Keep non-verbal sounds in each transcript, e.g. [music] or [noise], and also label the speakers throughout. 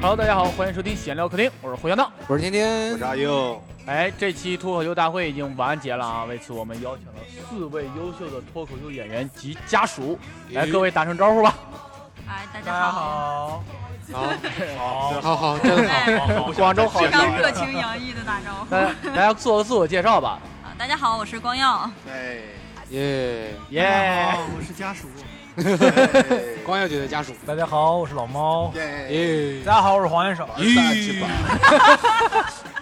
Speaker 1: Hello，大家好，欢迎收听闲聊客厅，我是胡小闹。
Speaker 2: 我是天天
Speaker 3: 我是，阿英，
Speaker 1: 哎，这期脱口秀大会已经完结了啊！为此，我们邀请了四位优秀的脱口秀演员及家属，来，各位打声招呼吧。
Speaker 4: 哎，大家好，
Speaker 1: 好，好，
Speaker 2: 好，好好，真好，
Speaker 4: 哎，
Speaker 1: 广州好
Speaker 4: 非
Speaker 2: [laughs]
Speaker 4: 常热情洋溢的打招呼。
Speaker 1: 大
Speaker 2: 哎
Speaker 1: 家大家做个自我介绍吧。
Speaker 4: 啊大家好，我是光耀。
Speaker 3: 哎，
Speaker 2: 耶！
Speaker 5: 哎
Speaker 1: 耶、
Speaker 2: 光耀姐的家属，
Speaker 5: 大家好，我是老猫。
Speaker 3: 耶，
Speaker 2: 耶！
Speaker 5: 大家好，我是黄元首。
Speaker 3: 大鸡巴，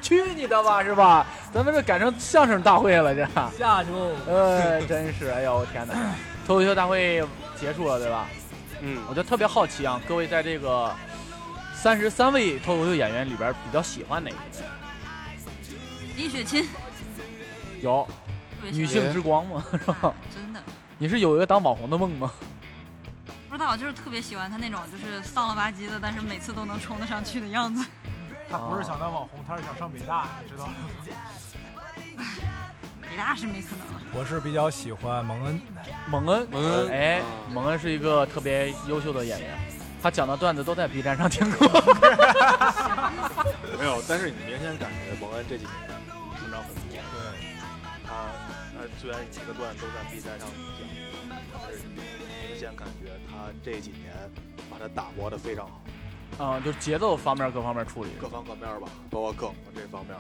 Speaker 1: 去你的吧，是吧？咱们这改成相声大会了，这，
Speaker 5: 下周
Speaker 1: 呃，真是，哎呦，我 [laughs] 天哪！脱口秀大会结束了，对吧？
Speaker 2: 嗯
Speaker 1: 我，就特别好奇啊，各位在这个三十三位脱口秀演员里边比较喜欢哪一位？
Speaker 4: 李雪琴，
Speaker 1: 有
Speaker 4: 特别喜
Speaker 1: 女
Speaker 4: 欢
Speaker 1: 性之光吗？是吧？
Speaker 4: 真的
Speaker 1: 你是有一个当网红的梦吗？
Speaker 4: 不知道，就是特别喜欢她那种就是丧了吧唧的，但是每次都能冲得上去的样子。
Speaker 5: [laughs] 他不是想当网红，他是想上北大，你
Speaker 3: [laughs]
Speaker 5: 知道吗？
Speaker 4: 北大是没可能了，
Speaker 5: 我是比较喜欢蒙恩，
Speaker 1: 蒙恩，
Speaker 2: 蒙恩
Speaker 1: 哎
Speaker 2: 啊，
Speaker 1: 蒙恩是一个特别优秀的演员，他讲的段子都在 B 站上听过。 [laughs]
Speaker 3: 没有，但是你明显感觉蒙恩这几年成长很多，他他虽然每个段都在 B 站上讲，但是明显感觉他这几年把它打磨的非常好，
Speaker 1: 嗯，就是节奏方面各方面处理。
Speaker 3: 各方各面吧，包括梗这方面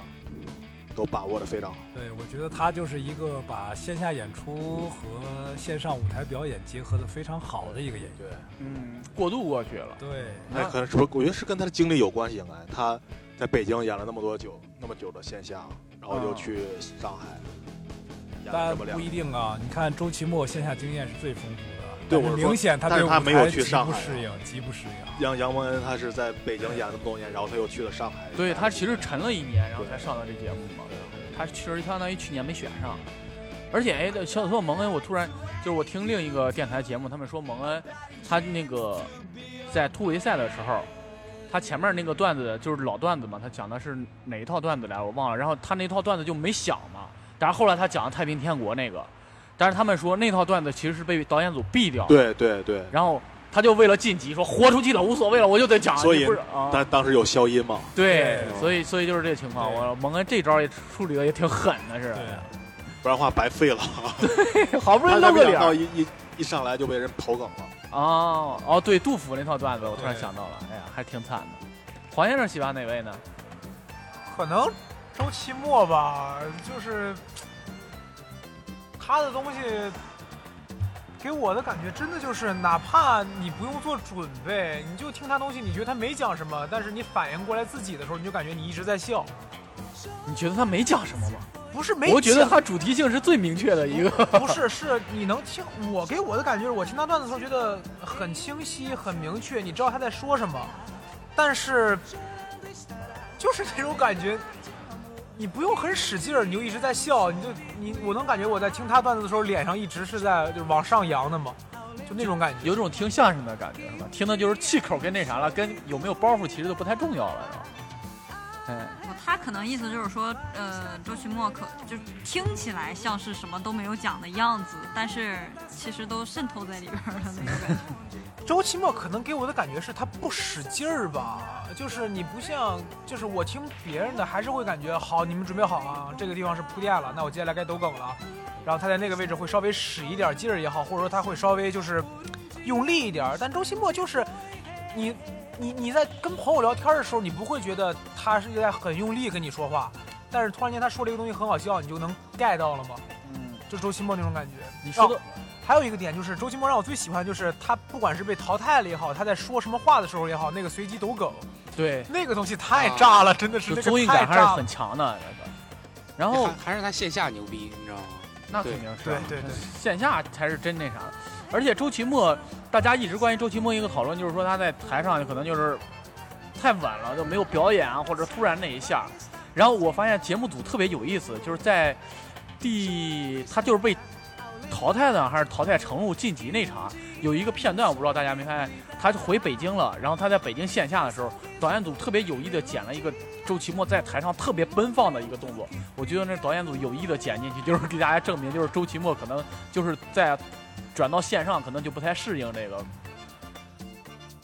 Speaker 3: 都把握的非常好。
Speaker 5: 对，对我觉得他就是一个把线下演出和线上舞台表演结合的非常好的一个演员。
Speaker 3: 对，
Speaker 1: 嗯，过渡过去了。
Speaker 5: 对，
Speaker 3: 那可能是不是我觉得是跟他的经历有关系，应该他在北京演了那么多久，那么久的线下，然后就去上海演了
Speaker 5: 但
Speaker 3: 这么两
Speaker 5: 不一定啊。你看周奇墨线下经验是最丰富的，
Speaker 3: 对
Speaker 5: 但
Speaker 3: 我
Speaker 5: 是
Speaker 3: 是说
Speaker 5: 明显他
Speaker 3: 但
Speaker 5: 对
Speaker 3: 是
Speaker 5: 舞
Speaker 3: 他没有
Speaker 5: 台
Speaker 3: 去
Speaker 5: 极
Speaker 3: 上
Speaker 5: 不
Speaker 3: 海啊
Speaker 5: 适应，极不适应。
Speaker 3: 杨杨蒙恩他是在北京演了这么多年，然后他又去了上海。
Speaker 1: 对他其实沉了一年，然后才上到这节目嘛。他其实相当于去年没选上，而且哎，小说蒙恩，我突然就是我听另一个电台节目，他们说蒙恩他那个在突围赛的时候，他前面那个段子就是老段子嘛，他讲的是哪一套段子来我忘了，然后他那套段子就没想嘛，但是后来他讲的太平天国那个，但是他们说那套段子其实是被导演组毙掉，，
Speaker 3: 对对对，
Speaker 1: 然后他就为了晋级说豁出去了无所谓了，我就得讲，
Speaker 3: 所以
Speaker 1: 你不是啊
Speaker 3: 但当时有消音嘛？
Speaker 1: 对，
Speaker 5: 对
Speaker 1: 所以所以就是这个情况，
Speaker 5: 对
Speaker 1: 我蒙恩这招也处理的也挺狠的，是
Speaker 5: 对，
Speaker 3: 不然的话白费了。
Speaker 1: [laughs] 好不容易
Speaker 3: [laughs] 他
Speaker 1: 露
Speaker 3: 没
Speaker 1: 个
Speaker 3: 想
Speaker 1: 脸
Speaker 3: 到
Speaker 1: 儿
Speaker 3: 一一一上来就被人投梗了。
Speaker 1: 哦哦，对，杜甫那套段子我突然
Speaker 5: 对
Speaker 1: 想到了，哎呀，还挺惨的。黄先生喜欢哪位呢？
Speaker 6: 可能周期末吧，就是他的东西给我的感觉，真的就是哪怕你不用做准备，你就听他东西，你觉得他没讲什么，但是你反应过来自己的时候，你就感觉你一直在笑，
Speaker 1: 你觉得他没讲什么吗？
Speaker 6: 不是没讲，
Speaker 1: 我觉得他主题性是最明确的一个。
Speaker 6: [laughs]
Speaker 1: [laughs]
Speaker 6: 不是，是你能听我给我的感觉，是我听他段子的时候觉得很清晰、很明确，你知道他在说什么，但是就是那种感觉，你不用很使劲儿，你就一直在笑，你就你我能感觉我在听他段子的时候，脸上一直是在就是往上扬的嘛，就那种感觉。
Speaker 1: 有种听相声的感觉是吧？听的就是气口跟那啥了，跟有没有包袱其实都不太重要了，是吧？哎，
Speaker 4: 我他可能意思就是说，呃，周奇墨可就是听起来像是什么都没有讲的样子，但是其实都渗透在里边儿了那种感觉。
Speaker 2: [laughs]
Speaker 6: 周奇墨可能给我的感觉是他不使劲儿吧，就是你不像，就是我听别人的还是会感觉好，你们准备好啊，这个地方是铺垫了，那我接下来该抖梗了。然后他在那个位置会稍微使一点劲儿也好，或者说他会稍微就是用力一点儿。但周奇墨就是你你你在跟朋友聊天的时候，你不会觉得他是在很用力跟你说话，但是突然间他说了一个东西很好笑，你就能 get 到了吗？
Speaker 1: 嗯，
Speaker 6: 就周奇墨那种感觉。
Speaker 1: 你说的、
Speaker 6: 还有一个点就是周奇墨让我最喜欢的就是他不管是被淘汰了也好，他在说什么话的时候也好，那个随机抖梗，
Speaker 1: 对，
Speaker 6: 那个东西太炸了，真的是
Speaker 1: 就
Speaker 6: 那个
Speaker 1: 综艺
Speaker 6: 太
Speaker 1: 感还是
Speaker 6: 炸了
Speaker 1: 很强的。这个然后
Speaker 2: 还还是他线下牛逼，你知道吗？
Speaker 1: 那肯定是啊
Speaker 6: 对对对，
Speaker 1: 线下才是真那啥的。而且周奇墨，大家一直关于周奇墨一个讨论就是说他在台上可能就是太稳了，就没有表演啊，或者突然那一下。然后我发现节目组特别有意思，就是在第他就是被淘汰的还是淘汰程璐晋级那场，有一个片段我不知道大家没发现，他回北京了，然后他在北京线下的时候，导演组特别有意的剪了一个周奇墨在台上特别奔放的一个动作，我觉得那导演组有意的剪进去，就是给大家证明，就是周奇墨可能就是在转到线上可能就不太适应这个。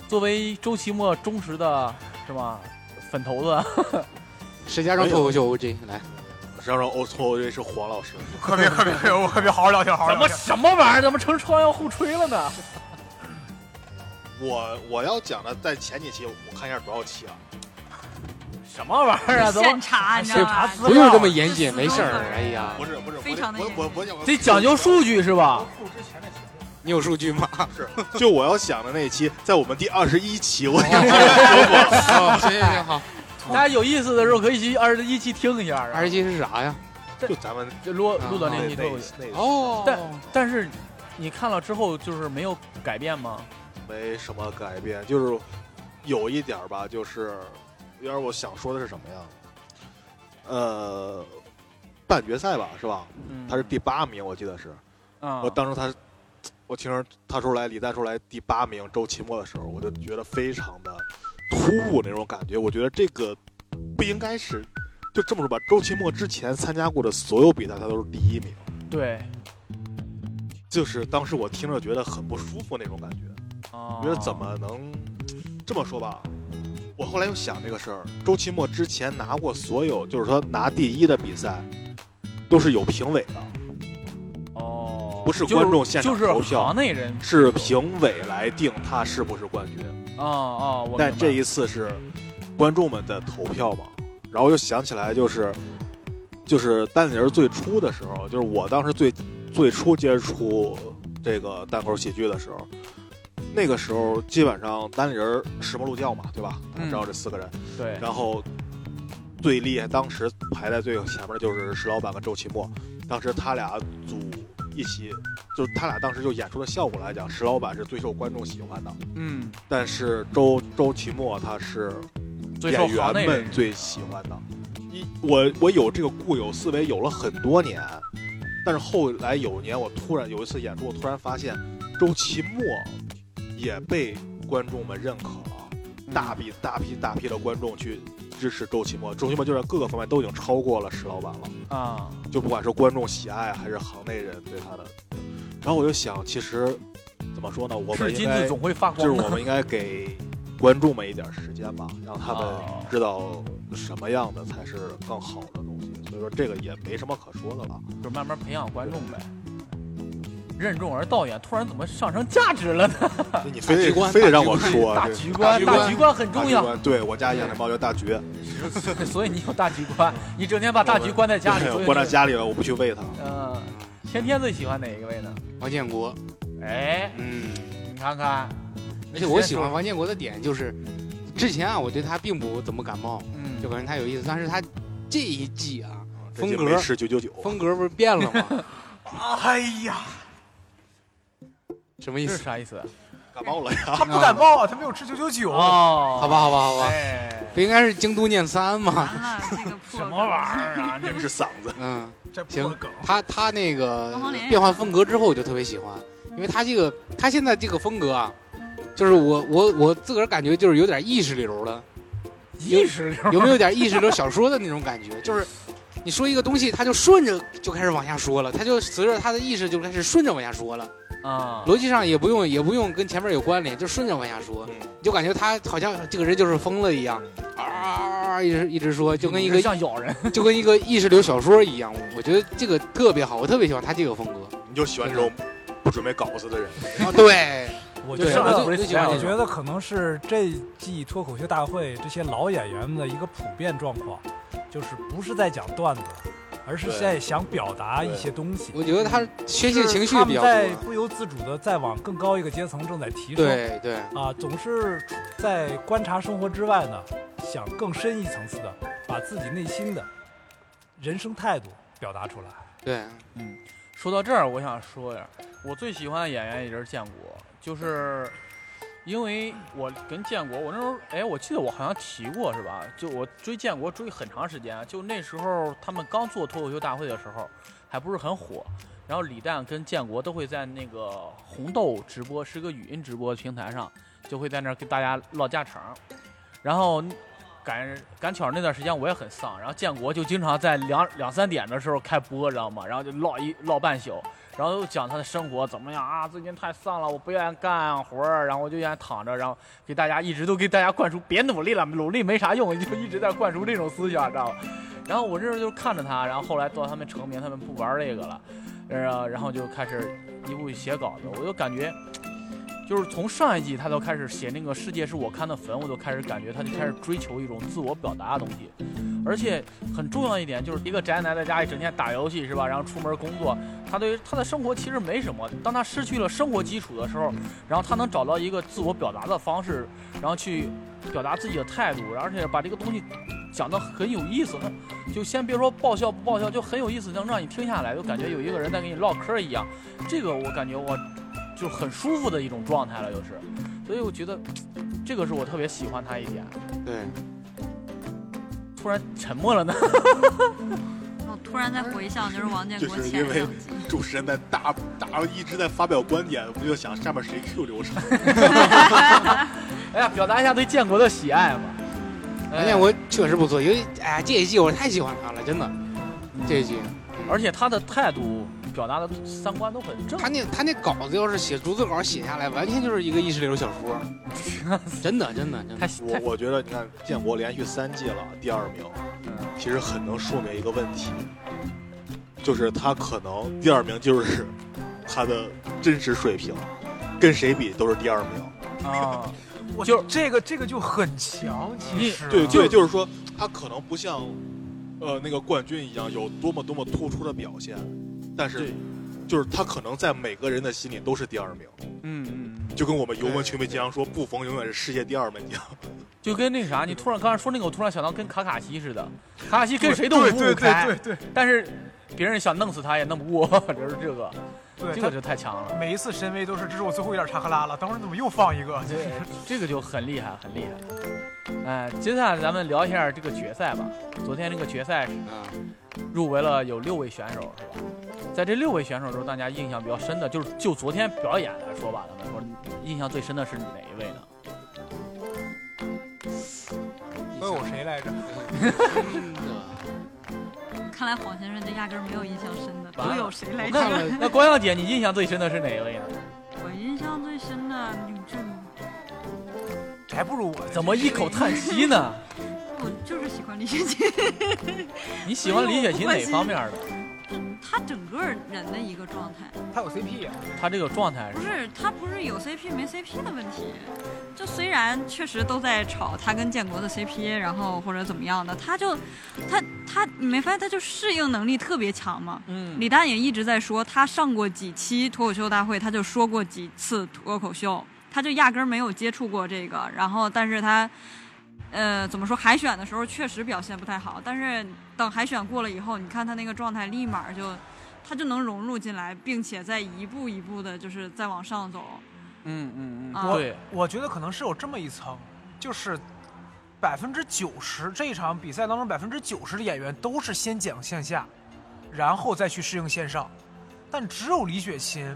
Speaker 1: 作为周奇墨忠实的是吗？粉头子，
Speaker 2: 石家庄脱口
Speaker 3: 哎
Speaker 2: 秀 OJ 来，
Speaker 3: 石家庄欧错这是黄老师，
Speaker 6: 可别可别可别，我可别好好聊天，好好
Speaker 1: 怎
Speaker 6: 聊
Speaker 1: 么
Speaker 6: 天。
Speaker 1: 什么玩意儿？怎么成双要互吹了呢？
Speaker 3: 我我要讲的在前几期，我看一下多少期啊？
Speaker 1: 什么玩意儿啊？怎么
Speaker 4: 现查，你知道
Speaker 1: 查
Speaker 4: 吧？
Speaker 1: 资
Speaker 2: 不用这么
Speaker 1: 料？
Speaker 2: 严谨，没事儿。哎呀
Speaker 3: 不，是不是，
Speaker 4: 非常的
Speaker 3: 我得我我我讲
Speaker 1: 得讲究数据是吧？
Speaker 2: 你有数据
Speaker 3: [laughs]
Speaker 2: 吗？
Speaker 3: 就我要想的那一期，在我们第二十一期，我
Speaker 2: 哦，行行行，好。
Speaker 1: 大家有意思的时候可以去二十一期听一下啊。
Speaker 2: 二十七是啥呀？
Speaker 3: 就咱们
Speaker 1: 就录录到哦
Speaker 2: 啊
Speaker 1: 那
Speaker 3: 那
Speaker 1: 期
Speaker 3: 那
Speaker 1: 脱口秀。
Speaker 3: 那
Speaker 2: 哦，
Speaker 1: 但是你看了之后，就是没有改变吗？
Speaker 3: 没什么改变，就是有一点儿吧，就是有点儿我想说的是什么呀？呃，半决赛吧，是吧？
Speaker 1: 嗯，
Speaker 3: 他是第八名，我记得是。
Speaker 1: 啊，
Speaker 3: 我当时他，我听着他出来，李诞出来第八名，周奇墨的时候，我就觉得非常的突兀那种感觉。我觉得这个不应该是，就这么说吧，周奇墨之前参加过的所有比赛，他都是第一名。
Speaker 1: 对，
Speaker 3: 就是当时我听着觉得很不舒服那种感觉。
Speaker 1: 我
Speaker 3: 我觉得怎么能这么说吧？我后来又想这个事儿，周奇墨之前拿过所有，就是说拿第一的比赛，都是有评委的，
Speaker 1: 哦，
Speaker 3: 不是
Speaker 1: 就
Speaker 3: 观众现场
Speaker 1: 就是
Speaker 3: 投票
Speaker 1: 行内人
Speaker 3: 是评委来定他是不是冠军。
Speaker 1: 哦哦，我
Speaker 3: 但
Speaker 1: 明白
Speaker 3: 这一次是观众们的投票嘛，然后又想起来就是就是单立人最初的时候，就是我当时最最初接触这个单口喜剧的时候，那个时候基本上单立人石磨路教嘛，对吧？大家知道这四个人，
Speaker 1: 对，
Speaker 3: 然后最厉害，当时排在最前面的就是石老板跟周奇墨，当时他俩组一起，就是他俩当时就演出的效果来讲，石老板是最受观众喜欢的。
Speaker 1: 嗯，
Speaker 3: 但是周周奇墨他是
Speaker 1: 最受
Speaker 3: 演
Speaker 1: 行
Speaker 3: 员
Speaker 1: 内人
Speaker 3: 们最喜欢的。一我我有这个固有思维有了很多年，但是后来有一年我突然有一次演出，我突然发现周奇墨也被观众们认可了，
Speaker 1: 嗯
Speaker 3: 大批大批大批的观众去支持周奇墨。周奇墨就在各个方面都已经超过了石老板了。
Speaker 1: 啊，
Speaker 3: 就不管是观众喜爱还是行内人对他的，然后我就想，其实怎么说呢，我
Speaker 1: 是
Speaker 3: 们应
Speaker 1: 金
Speaker 3: 该
Speaker 1: 子总会发
Speaker 3: 就是
Speaker 1: 光
Speaker 3: 我
Speaker 1: 的，
Speaker 3: 们应该给观众们一点时间吧，让他们
Speaker 1: 哦
Speaker 3: 知道什么样的才是更好的东西。所以说这个也没什么可说的了。
Speaker 1: 就是慢慢培养观众呗。任重而道远，突然怎么上升价值了呢？ [laughs]
Speaker 3: 你非
Speaker 2: [laughs] 大局
Speaker 3: 得
Speaker 2: 观
Speaker 3: 非得让
Speaker 2: 大
Speaker 3: 我
Speaker 2: 局观
Speaker 3: 说
Speaker 1: 大
Speaker 3: 这
Speaker 1: 局观，
Speaker 2: 大局观
Speaker 1: 大局观很
Speaker 3: 大
Speaker 1: 重
Speaker 3: 局
Speaker 1: 要，
Speaker 3: 观，对我家养的猫叫
Speaker 2: [laughs]
Speaker 3: 大橘，
Speaker 1: 所以你有大局观，你整天把大局关在家里，
Speaker 3: 对
Speaker 1: 所以
Speaker 3: [laughs] 关在
Speaker 1: 你，
Speaker 3: 家里了，我不去喂它。
Speaker 1: 嗯，天天最喜欢哪一位呢？
Speaker 2: 王建国，
Speaker 1: 哎，
Speaker 2: 嗯，
Speaker 1: 你看看，
Speaker 3: 哎
Speaker 2: 而且我喜欢王建国的点就是，之前啊我对他并不怎么感冒，
Speaker 1: 嗯，
Speaker 2: 就感觉他有意思，但是他这一季啊风
Speaker 3: 这
Speaker 2: 格
Speaker 3: 就没吃九九九，
Speaker 2: 风格不是变了吗？
Speaker 3: [laughs]
Speaker 6: 哎呀，
Speaker 2: 什么意
Speaker 1: 这
Speaker 2: 思
Speaker 1: 是？啥意思？
Speaker 3: 感冒了呀。
Speaker 6: 他不感冒啊，他没有吃九九九。
Speaker 1: 哦，
Speaker 2: 好吧，好吧，好吧，
Speaker 1: 哎，
Speaker 2: 不应该是京都念三吗？
Speaker 4: 完了，这个破
Speaker 1: 什么玩意儿啊？这
Speaker 3: 真是嗓子，
Speaker 2: 嗯，
Speaker 6: 这不
Speaker 2: 行
Speaker 6: 梗，
Speaker 2: 他他那个
Speaker 4: 王红林
Speaker 2: 变换风格之后，我就特别喜欢，因为他这个他现在这个风格啊，就是我我我自个儿感觉就是有点意识流了，
Speaker 1: 意识流，
Speaker 2: 有没有点意识流小说的那种感觉？就是你说一个东西，他就顺着就开始往下说了，他就随着他的意识就开始顺着往下说了，
Speaker 1: 啊？
Speaker 2: 逻辑上也不用也不用跟前面有关联，就顺着往下说，
Speaker 3: 嗯，
Speaker 2: 你就感觉他好像这个人就是疯了一样，啊啊啊啊一直一直说，就跟一
Speaker 1: [laughs]
Speaker 2: 个
Speaker 1: 像咬
Speaker 2: [laughs]
Speaker 1: 人，
Speaker 2: 就跟一个意识流小说一样，我觉得这个特别好，我特别喜欢他这个风格。
Speaker 3: 你就喜欢这种不准备搞死的人。 [laughs]
Speaker 2: [laughs] 啊，对，
Speaker 5: 我觉
Speaker 2: 对，
Speaker 5: 得
Speaker 1: 上来
Speaker 2: 我
Speaker 1: 就
Speaker 2: 就我就喜欢
Speaker 5: 我
Speaker 2: 这
Speaker 5: 觉
Speaker 2: 种。
Speaker 5: 得可能是这季脱口秀大会这些老演员们的一个普遍状况，就是不是在讲段子，而是
Speaker 3: 对
Speaker 5: 在想表达一些东西。
Speaker 2: 我觉得他宣泄情绪
Speaker 5: 他
Speaker 2: 比较
Speaker 5: 们在
Speaker 2: 多。
Speaker 5: 不由自主的在往更高一个阶层正在提升。
Speaker 2: 对对，
Speaker 5: 啊，总是在观察生活之外呢，想更深一层次的把自己内心的人生态度表达出来。
Speaker 2: 对，
Speaker 1: 说到这儿，我想说呀，我最喜欢的演员也是建国，就是因为我跟建国，我那时候哎，我记得我好像提过是吧？就我追建国追很长时间，啊就那时候他们刚做脱口秀大会的时候，还不是很火。然后李诞跟建国都会在那个红豆直播，是个语音直播平台上，就会在那儿跟大家唠家常。然后赶赶巧那段时间我也很丧，然后建国就经常在两两三点的时候开播，知道吗？然后就唠一唠半宿，然后又讲他的生活怎么样啊，最近太丧了，我不愿意干活儿，然后我就愿意躺着，然后给大家一直都给大家灌输别努力了，努力没啥用，就一直在灌输这种思想，知道吗？然后我这时候就看着他，然后后来到他们成名，他们不玩这个了，然后然后就开始一步一步写稿子，我就感觉。就是从上一季他都开始写那个世界是我看的坟，我都开始感觉他就开始追求一种自我表达的东西，而且很重要一点就是一个宅男在家里整天打游戏是吧，然后出门工作，他对于他的生活其实没什么。当他失去了生活基础的时候，然后他能找到一个自我表达的方式，然后去表达自己的态度，而且把这个东西讲得很有意思。那就先别说爆笑不爆笑，就很有意思，能让你听下来就感觉有一个人在跟你唠嗑一样。这个我感觉我就很舒服的一种状态了，就是，所以我觉得这个是我特别喜欢他一点。
Speaker 2: 对，
Speaker 5: 哎
Speaker 1: 突然沉默了呢， [laughs]
Speaker 4: 我突然在回想，就是王建国
Speaker 3: 就是
Speaker 4: 前
Speaker 3: 因为
Speaker 4: 两集，
Speaker 3: 主持人在大大一直在发表观点，我就想下面谁 Q 流程。
Speaker 1: 哎呀，表达一下对建国的喜爱嘛。哎
Speaker 2: 王建国确实不错，因为哎呀这一季我太喜欢他了，真的，这一季
Speaker 1: 而且他的态度、表达的三观都很正
Speaker 2: 他。那他那稿子要是写逐字稿写下来，完全就是一个意识流小
Speaker 5: [laughs]
Speaker 2: 说，真的真的真
Speaker 1: 太
Speaker 2: 的。
Speaker 1: 太
Speaker 3: 我我觉得你看建国连续三季了，第二名，
Speaker 1: 嗯
Speaker 3: 其实很能说明一个问题，就是他可能第二名就是 [laughs] 他的真实水平，跟谁比都是第二名。
Speaker 1: [laughs] 啊，
Speaker 6: 我
Speaker 1: 就
Speaker 6: 这个这个就很强，其
Speaker 1: 你
Speaker 6: 实啊
Speaker 3: 对对，就是说他可能不像，呃，那个冠军一样有多么多么突出的表现，但是
Speaker 1: 对，
Speaker 3: 就是他可能在每个人的心里都是第二名，
Speaker 1: 嗯嗯，
Speaker 3: 就跟我们尤文群媒经常说不逢永远是世界第二名一样。
Speaker 1: 就跟那啥，你突然刚才说那个，我突然想到跟卡卡西似的，卡卡西跟
Speaker 6: 对
Speaker 1: 谁都
Speaker 6: 对
Speaker 1: 五
Speaker 6: 对
Speaker 1: 五开，
Speaker 6: 对对对
Speaker 1: 但是别人想弄死他也弄不过， [laughs] 就是这个，
Speaker 6: 对，
Speaker 1: 这
Speaker 6: 他
Speaker 1: 个就太强了。
Speaker 6: 每一次神威都是，这是我最后一点查克拉了。等会儿你怎么又放一个？
Speaker 1: 这这个就很厉害，很厉害。哎，接下来咱们聊一下这个决赛吧。昨天这个决赛是
Speaker 2: 啊，
Speaker 1: 入围了有六位选手，是吧？在这六位选手中，大家印象比较深的，就是就昨天表演来说吧，咱们说印象最深的是哪一位呢？
Speaker 6: 都有谁来着？
Speaker 2: 真的
Speaker 4: 看来黄先生这压根儿没有印象深的，
Speaker 1: 完
Speaker 4: 都
Speaker 1: 了
Speaker 4: 有谁来
Speaker 1: 我
Speaker 4: 着？
Speaker 1: 看了，那光耀姐，你印象最深的是哪一位呢？
Speaker 4: 我印象最深的，你这
Speaker 6: 还不如我。
Speaker 1: 怎么一口叹息呢？
Speaker 4: 我就是喜欢李雪琴，
Speaker 1: 你喜欢李雪琴哪方面的？
Speaker 4: [laughs] 她整个人的一个状态，
Speaker 6: 他有 CP 啊？
Speaker 1: 她这个状态
Speaker 4: 不
Speaker 1: 是
Speaker 4: 是她不是有 CP 没 CP 的问题。就虽然确实都在吵她跟建国的 CP，然后或者怎么样的，她就她她你没发现她就适应能力特别强吗？
Speaker 1: 嗯
Speaker 4: 李诞也一直在说，他上过几期脱口秀大会，他就说过几次脱口秀，他就压根儿没有接触过这个。然后，但是他，呃，怎么说？海选的时候确实表现不太好，但是等海选过了以后，你看他那个状态，立马就他就能融入进来，并且在一步一步的，就是再往上走。
Speaker 1: 嗯嗯
Speaker 4: 啊
Speaker 1: 嗯，对，
Speaker 6: 我觉得可能是有这么一层，就是百分之九十这一场比赛当中百分之九十的演员都是先讲线下，然后再去适应线上，但只有李雪琴，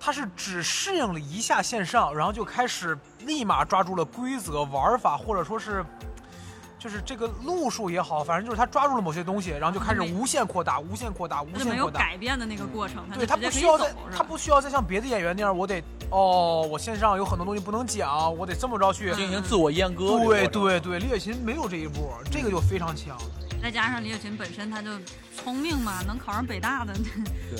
Speaker 6: 她是只适应了一下线上，然后就开始立马抓住了规则、玩法，或者说是。就是这个路数也好，反正就是她抓住了某些东西，然后就开
Speaker 4: 嗯
Speaker 6: 始
Speaker 4: 没
Speaker 6: 无限扩大、无限扩大、无
Speaker 4: 他就没
Speaker 6: 限
Speaker 4: 有
Speaker 6: 扩大。
Speaker 4: 改变的啊那个过程，他
Speaker 6: 对
Speaker 4: 就
Speaker 6: 他
Speaker 4: 直接
Speaker 6: 不
Speaker 4: 可以
Speaker 6: 需要
Speaker 4: 走
Speaker 6: 再，
Speaker 4: 是
Speaker 6: 他
Speaker 4: 吧？
Speaker 6: 不需要再像别的演员那样，我得哦，我线上有很多东西不能讲，我得这么着
Speaker 4: 嗯
Speaker 6: 去。
Speaker 1: 进行自我阉割。
Speaker 6: 对，对对，李雪琴没有这一步，这个就非常强。
Speaker 4: 再加上李雪琴本身他就聪明嘛，能考上北大的，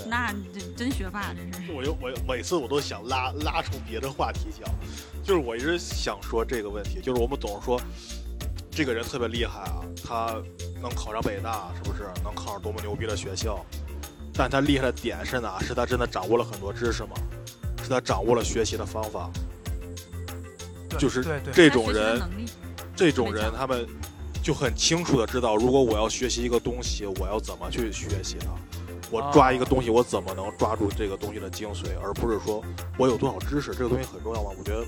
Speaker 4: 那真真学霸，真是。
Speaker 3: 我就我每次我都想拉拉出别的话题讲，就是我一直想说这个问题，就是我们总是说这个人特别厉害啊，他能考上北大，是不是能考上多么牛逼的学校？但他厉害的点是哪？是他真的掌握了很多知识吗？是他掌握了学习的方法？
Speaker 6: 对
Speaker 3: 就是
Speaker 6: 对对，
Speaker 3: 这种
Speaker 4: 他学习的
Speaker 3: 人，
Speaker 4: 能力
Speaker 3: 这种
Speaker 4: 没
Speaker 3: 人
Speaker 4: 错
Speaker 3: 他们就很清楚的知道，如果我要学习一个东西，我要怎么去学习它。我
Speaker 4: 哦
Speaker 3: 抓一个东西，我怎么能抓住这个东西的精髓，而不是说我有多少知识，这个东西很重要吗？我觉得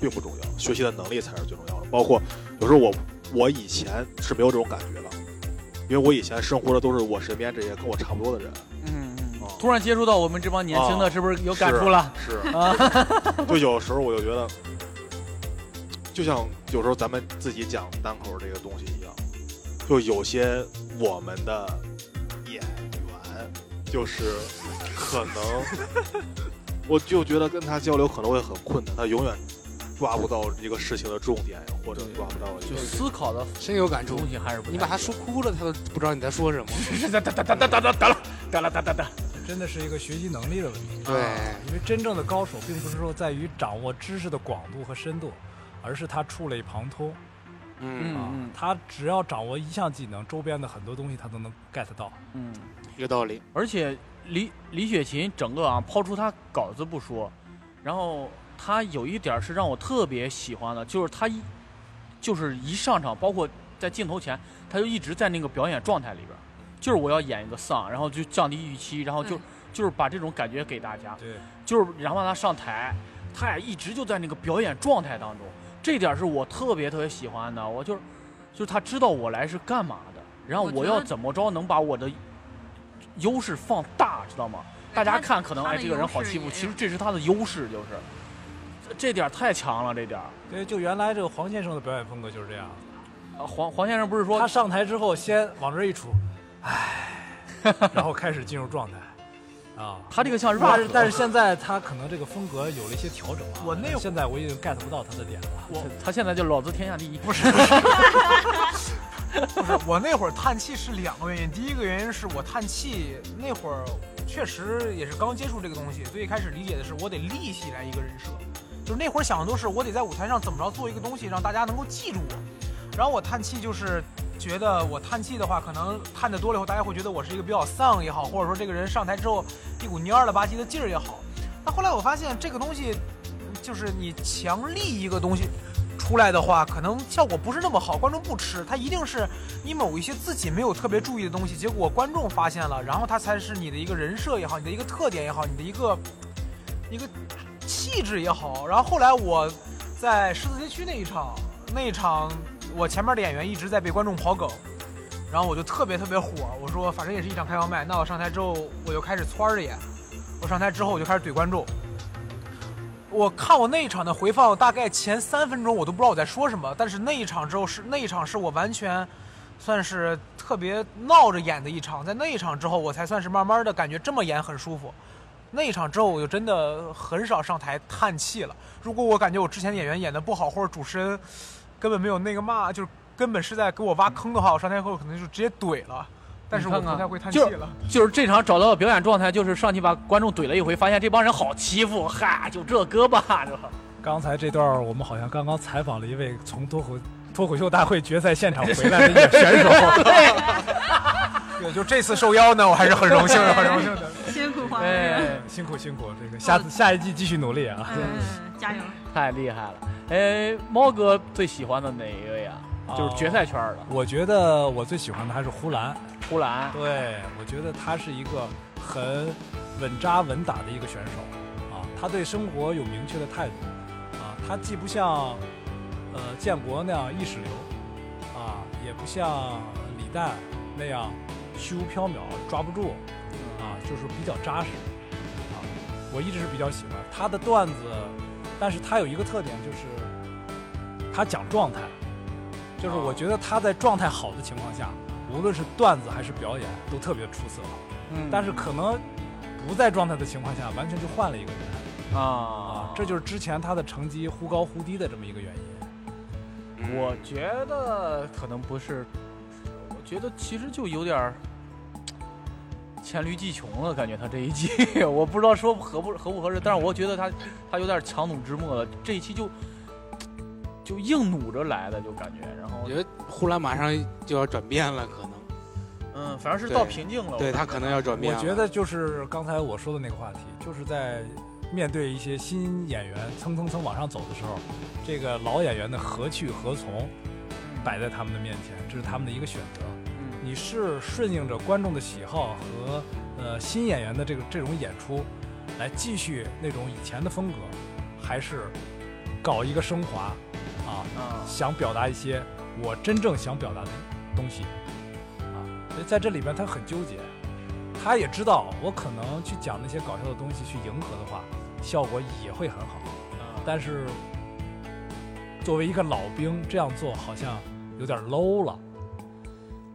Speaker 3: 并不重要，学习的能力才是最重要的。包括有时候我我以前是没有这种感觉的，因为我以前生活的都是我身边这些跟我差不多的人。
Speaker 1: 嗯嗯
Speaker 3: 哦。
Speaker 1: 突然接触到我们这帮年轻的，
Speaker 3: 哦 [laughs]
Speaker 1: 是不是有感触了？
Speaker 3: 是
Speaker 1: 啊，
Speaker 3: 就有时候我就觉得，就像有时候咱们自己讲单口这个东西一样，就有些我们的演员，就是可能，我就觉得跟他交流可能会很困难，他永远抓不到一个事情的重点，或者抓不到
Speaker 1: [laughs]
Speaker 3: 一
Speaker 1: 就
Speaker 3: 个
Speaker 1: 思考的
Speaker 2: 深有感触
Speaker 1: 东。西还是不太
Speaker 2: 你把他说哭了，他都不知道你在说什么。
Speaker 1: 哒哒哒哒哒哒哒哒了哒了哒哒哒，
Speaker 5: 真的是一个学习能力的问题。啊
Speaker 2: 对
Speaker 5: 因为真正的高手，并不是说在于掌握知识的广度和深度，而是他触类旁通。
Speaker 2: 嗯，
Speaker 5: 啊
Speaker 1: 嗯
Speaker 5: 他只要掌握一项技能，周边的很多东西他都能 get 到。
Speaker 1: 嗯。
Speaker 2: 有道理。
Speaker 1: 而且李李雪琴整个啊，抛出她稿子不说，然后她有一点儿是让我特别喜欢的，就是她一就是一上场，包括在镜头前，她就一直在那个表演状态里边儿，就是我要演一个丧，然后就降低预期，然后就、
Speaker 4: 对
Speaker 1: 就是把这种感觉给大家，
Speaker 5: 对，
Speaker 1: 就是然后让她上台，她也一直就在那个表演状态当中，这点儿是我特别特别喜欢的，我就是就是她知道我来是干嘛的，然后
Speaker 4: 我觉
Speaker 1: 我
Speaker 4: 得
Speaker 1: 要怎么着能把我的优势放大，知道吗？大家看可能
Speaker 4: 他
Speaker 1: 哎
Speaker 4: 的
Speaker 1: 这个人好欺负，
Speaker 4: 优势也
Speaker 1: 其实这是他的优势，就是这这点儿太强了，这点儿。
Speaker 5: 对，就原来这个黄先生的表演风格就是这样，
Speaker 1: 啊黄黄先生不是说
Speaker 5: 他上台之后先往这儿一杵，唉，然后开始进入状态，啊。
Speaker 1: 他这个像 rap，
Speaker 5: 但是但是现在他可能这个风格有了一些调整啊。
Speaker 6: 我那会儿
Speaker 5: 现在我已经 get 不到他的点了。
Speaker 1: 我他现在就老子天下第一，不是
Speaker 6: 不是 [laughs] 我那会儿叹气是两个原因，第一个原因是我叹气那会儿确实也是刚接触这个东西，最一开始理解的是我得立起来一个人设，就是那会儿想的都是我得在舞台上怎么着做一个东西让大家能够记住我，然后我叹气就是。觉得我叹气的话，可能叹得多了以后，大家会觉得我是一个比较丧也好，或者说这个人上台之后一股蔫了吧唧的劲儿也好。那后来我发现这个东西，就是你强力一个东西出来的话，可能效果不是那么好，观众不吃，它一定是你某一些自己没有特别注意的东西，结果观众发现了，然后他才是你的一个人设也好，你的一个特点也好，你的一个一个气质也好。然后后来我在狮子街区那一场，那一场我前面的演员一直在被观众跑梗，然后我就特别特别火，我说反正也是一场开放麦，那我上台之后我就开始窜着演，我上台之后我就开始怼观众。我看我那一场的回放，大概前三分钟我都不知道我在说什么，但是那一场之后是那一场是我完全算是特别闹着演的一场，在那一场之后，我才算是慢慢的感觉这么演很舒服。那一场之后，我就真的很少上台叹气了。如果我感觉我之前演员演的不好，或者主持人根本没有那个嘛，就是根本是在给我挖坑的话，我上台后可能就直接怼了。但是我
Speaker 1: 你看看
Speaker 6: 不太会叹气
Speaker 1: 就
Speaker 6: 了。
Speaker 1: 就是这场找到的表演状态，就是上去把观众怼了一回，发现这帮人好欺负，哈，就这歌吧，是吧？
Speaker 5: 刚才这段儿我们好像刚刚采访了一位从脱口脱口秀大会决赛现场回来的演选手。 [laughs]
Speaker 6: 对，就这次受邀呢，我还是很
Speaker 4: [laughs]
Speaker 6: 荣幸的，很荣幸 [laughs] 的。
Speaker 4: 辛苦黄
Speaker 1: 哎
Speaker 4: 人，，
Speaker 5: 辛苦辛苦，这个下次下一季继续努力啊！
Speaker 4: 哎，加油！
Speaker 1: 太厉害了。哎，猫哥最喜欢的哪一位啊？就是决赛圈儿的
Speaker 5: 哦我觉得我最喜欢的还是呼兰，
Speaker 1: 呼兰，
Speaker 5: 对我觉得他是一个很稳扎稳打的一个选手啊，他对生活有明确的态度啊，他既不像呃建国那样意识流啊，也不像李诞那样虚无缥缈抓不住啊，就是比较扎实啊，我一直是比较喜欢他的段子，但是他有一个特点就是他讲状态，就是我觉得他在状态好的情况下。无论是段子还是表演，都特别出色。
Speaker 1: 嗯
Speaker 5: 但是可能不在状态的情况下，完全就换了一个人
Speaker 1: 啊
Speaker 5: 啊，，这就是之前他的成绩忽高忽低的这么一个原因。
Speaker 1: 我
Speaker 2: 嗯
Speaker 1: 觉得可能不是，我觉得其实就有点儿黔驴技穷了，感觉他这一季， [laughs] 我不知道说合不合不合适，但是我觉得他他有点强弩之末了，这一期就就硬努着来的，就感觉，然后
Speaker 2: 我觉得呼兰马上就要转变了，可能
Speaker 1: 嗯，反正是
Speaker 2: 对
Speaker 1: 到瓶颈了，
Speaker 2: 对他可能要转变
Speaker 5: 我
Speaker 2: 了。
Speaker 5: 觉得就是刚才我说的那个话题，就是在面对一些新演员蹭蹭蹭往上走的时候，这个老演员的何去何从摆在他们的面前，这是他们的一个选择。
Speaker 1: 嗯
Speaker 5: 你是顺应着观众的喜好和呃新演员的这个这种演出，来继续那种以前的风格，还是搞一个升华啊？
Speaker 2: 嗯
Speaker 1: 啊，
Speaker 5: 想表达一些我真正想表达的东西啊，所以在这里边他很纠结，他也知道我可能去讲那些搞笑的
Speaker 1: 啊
Speaker 5: 东西去迎合的话，效果也会很好，但是作为一个老兵这样做好像有点 low 了。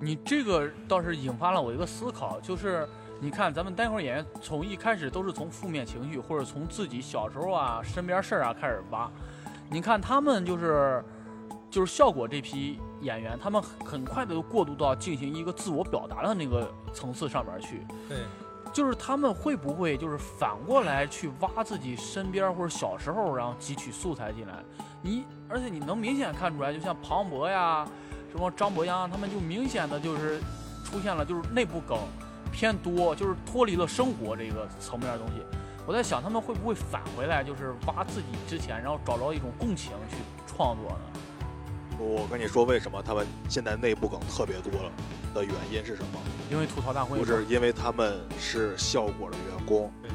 Speaker 1: 你这个倒是引发了我一个思考，就是你看咱们单口演员从一开始都是从负面情绪或者从自己小时候啊身边事儿啊开始挖，你看他们就是就是效果这批演员，他们很很快的就过渡到进行一个自我表达的那个层次上面去，
Speaker 5: 对，
Speaker 1: 就是他们会不会就是反过来去挖自己身边或者小时候，然后汲取素材进来？你而且你能明显看出来，就像庞博呀、什么张博洋，他们就明显的就是出现了就是内部梗偏多，就是脱离了生活这个层面的东西。我在想他们会不会返回来，就是挖自己之前，然后找着一种共情去创作呢？
Speaker 3: 我跟你说，为什么他们现在内部梗特别多了的原因是什么？
Speaker 1: 因为吐槽大会
Speaker 3: 不是因为他们是效果的员工
Speaker 6: 对，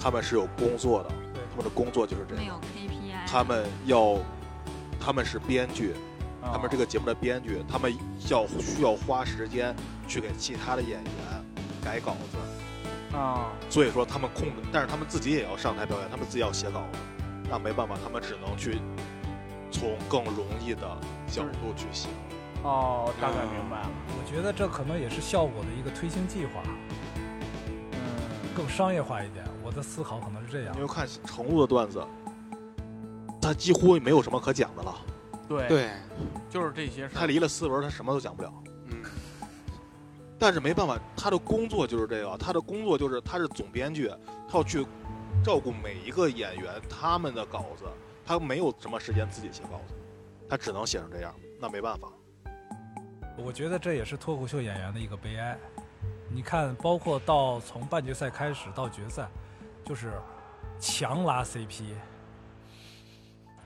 Speaker 3: 他们是有工作的，
Speaker 6: 对
Speaker 3: 他们的工作就是这
Speaker 4: 没
Speaker 3: 样。
Speaker 4: 有 KPI，
Speaker 3: 他们要，他们是编剧，
Speaker 6: 哦
Speaker 3: 他们这
Speaker 1: 个
Speaker 3: 个节目的编剧，他们要需要花时间去给其他的演员改稿子，
Speaker 1: 啊，
Speaker 3: 所以说他们控制，但是他们自己也要上台表演，他们自己要写稿子，那没办法，他们只能去从更容易的角度去写。
Speaker 6: 嗯
Speaker 1: 哦，大概
Speaker 3: 嗯
Speaker 1: 明白了，
Speaker 5: 我觉得这可能也是效果的一个推行计划，
Speaker 1: 嗯，
Speaker 5: 更商业化一点。我的思考可能是这样
Speaker 3: 你。就看程璐的段子，他几乎没有什么可讲的了，
Speaker 1: 对，
Speaker 2: 对，
Speaker 1: 就是这些事
Speaker 3: 他
Speaker 1: 儿，
Speaker 3: 离了斯文，他什么都讲不了。
Speaker 2: 嗯，
Speaker 3: 但是没办法，他的工作就是这个，他的工作就是他是总编剧，他要去照顾每一个演员他们的稿子，他没有什么时间自己写稿子，他只能写成这样，那没办法。
Speaker 5: 我觉得这也是脱口秀演员的一个悲哀。你看，包括到从半决赛开始到决赛，就是强拉 CP，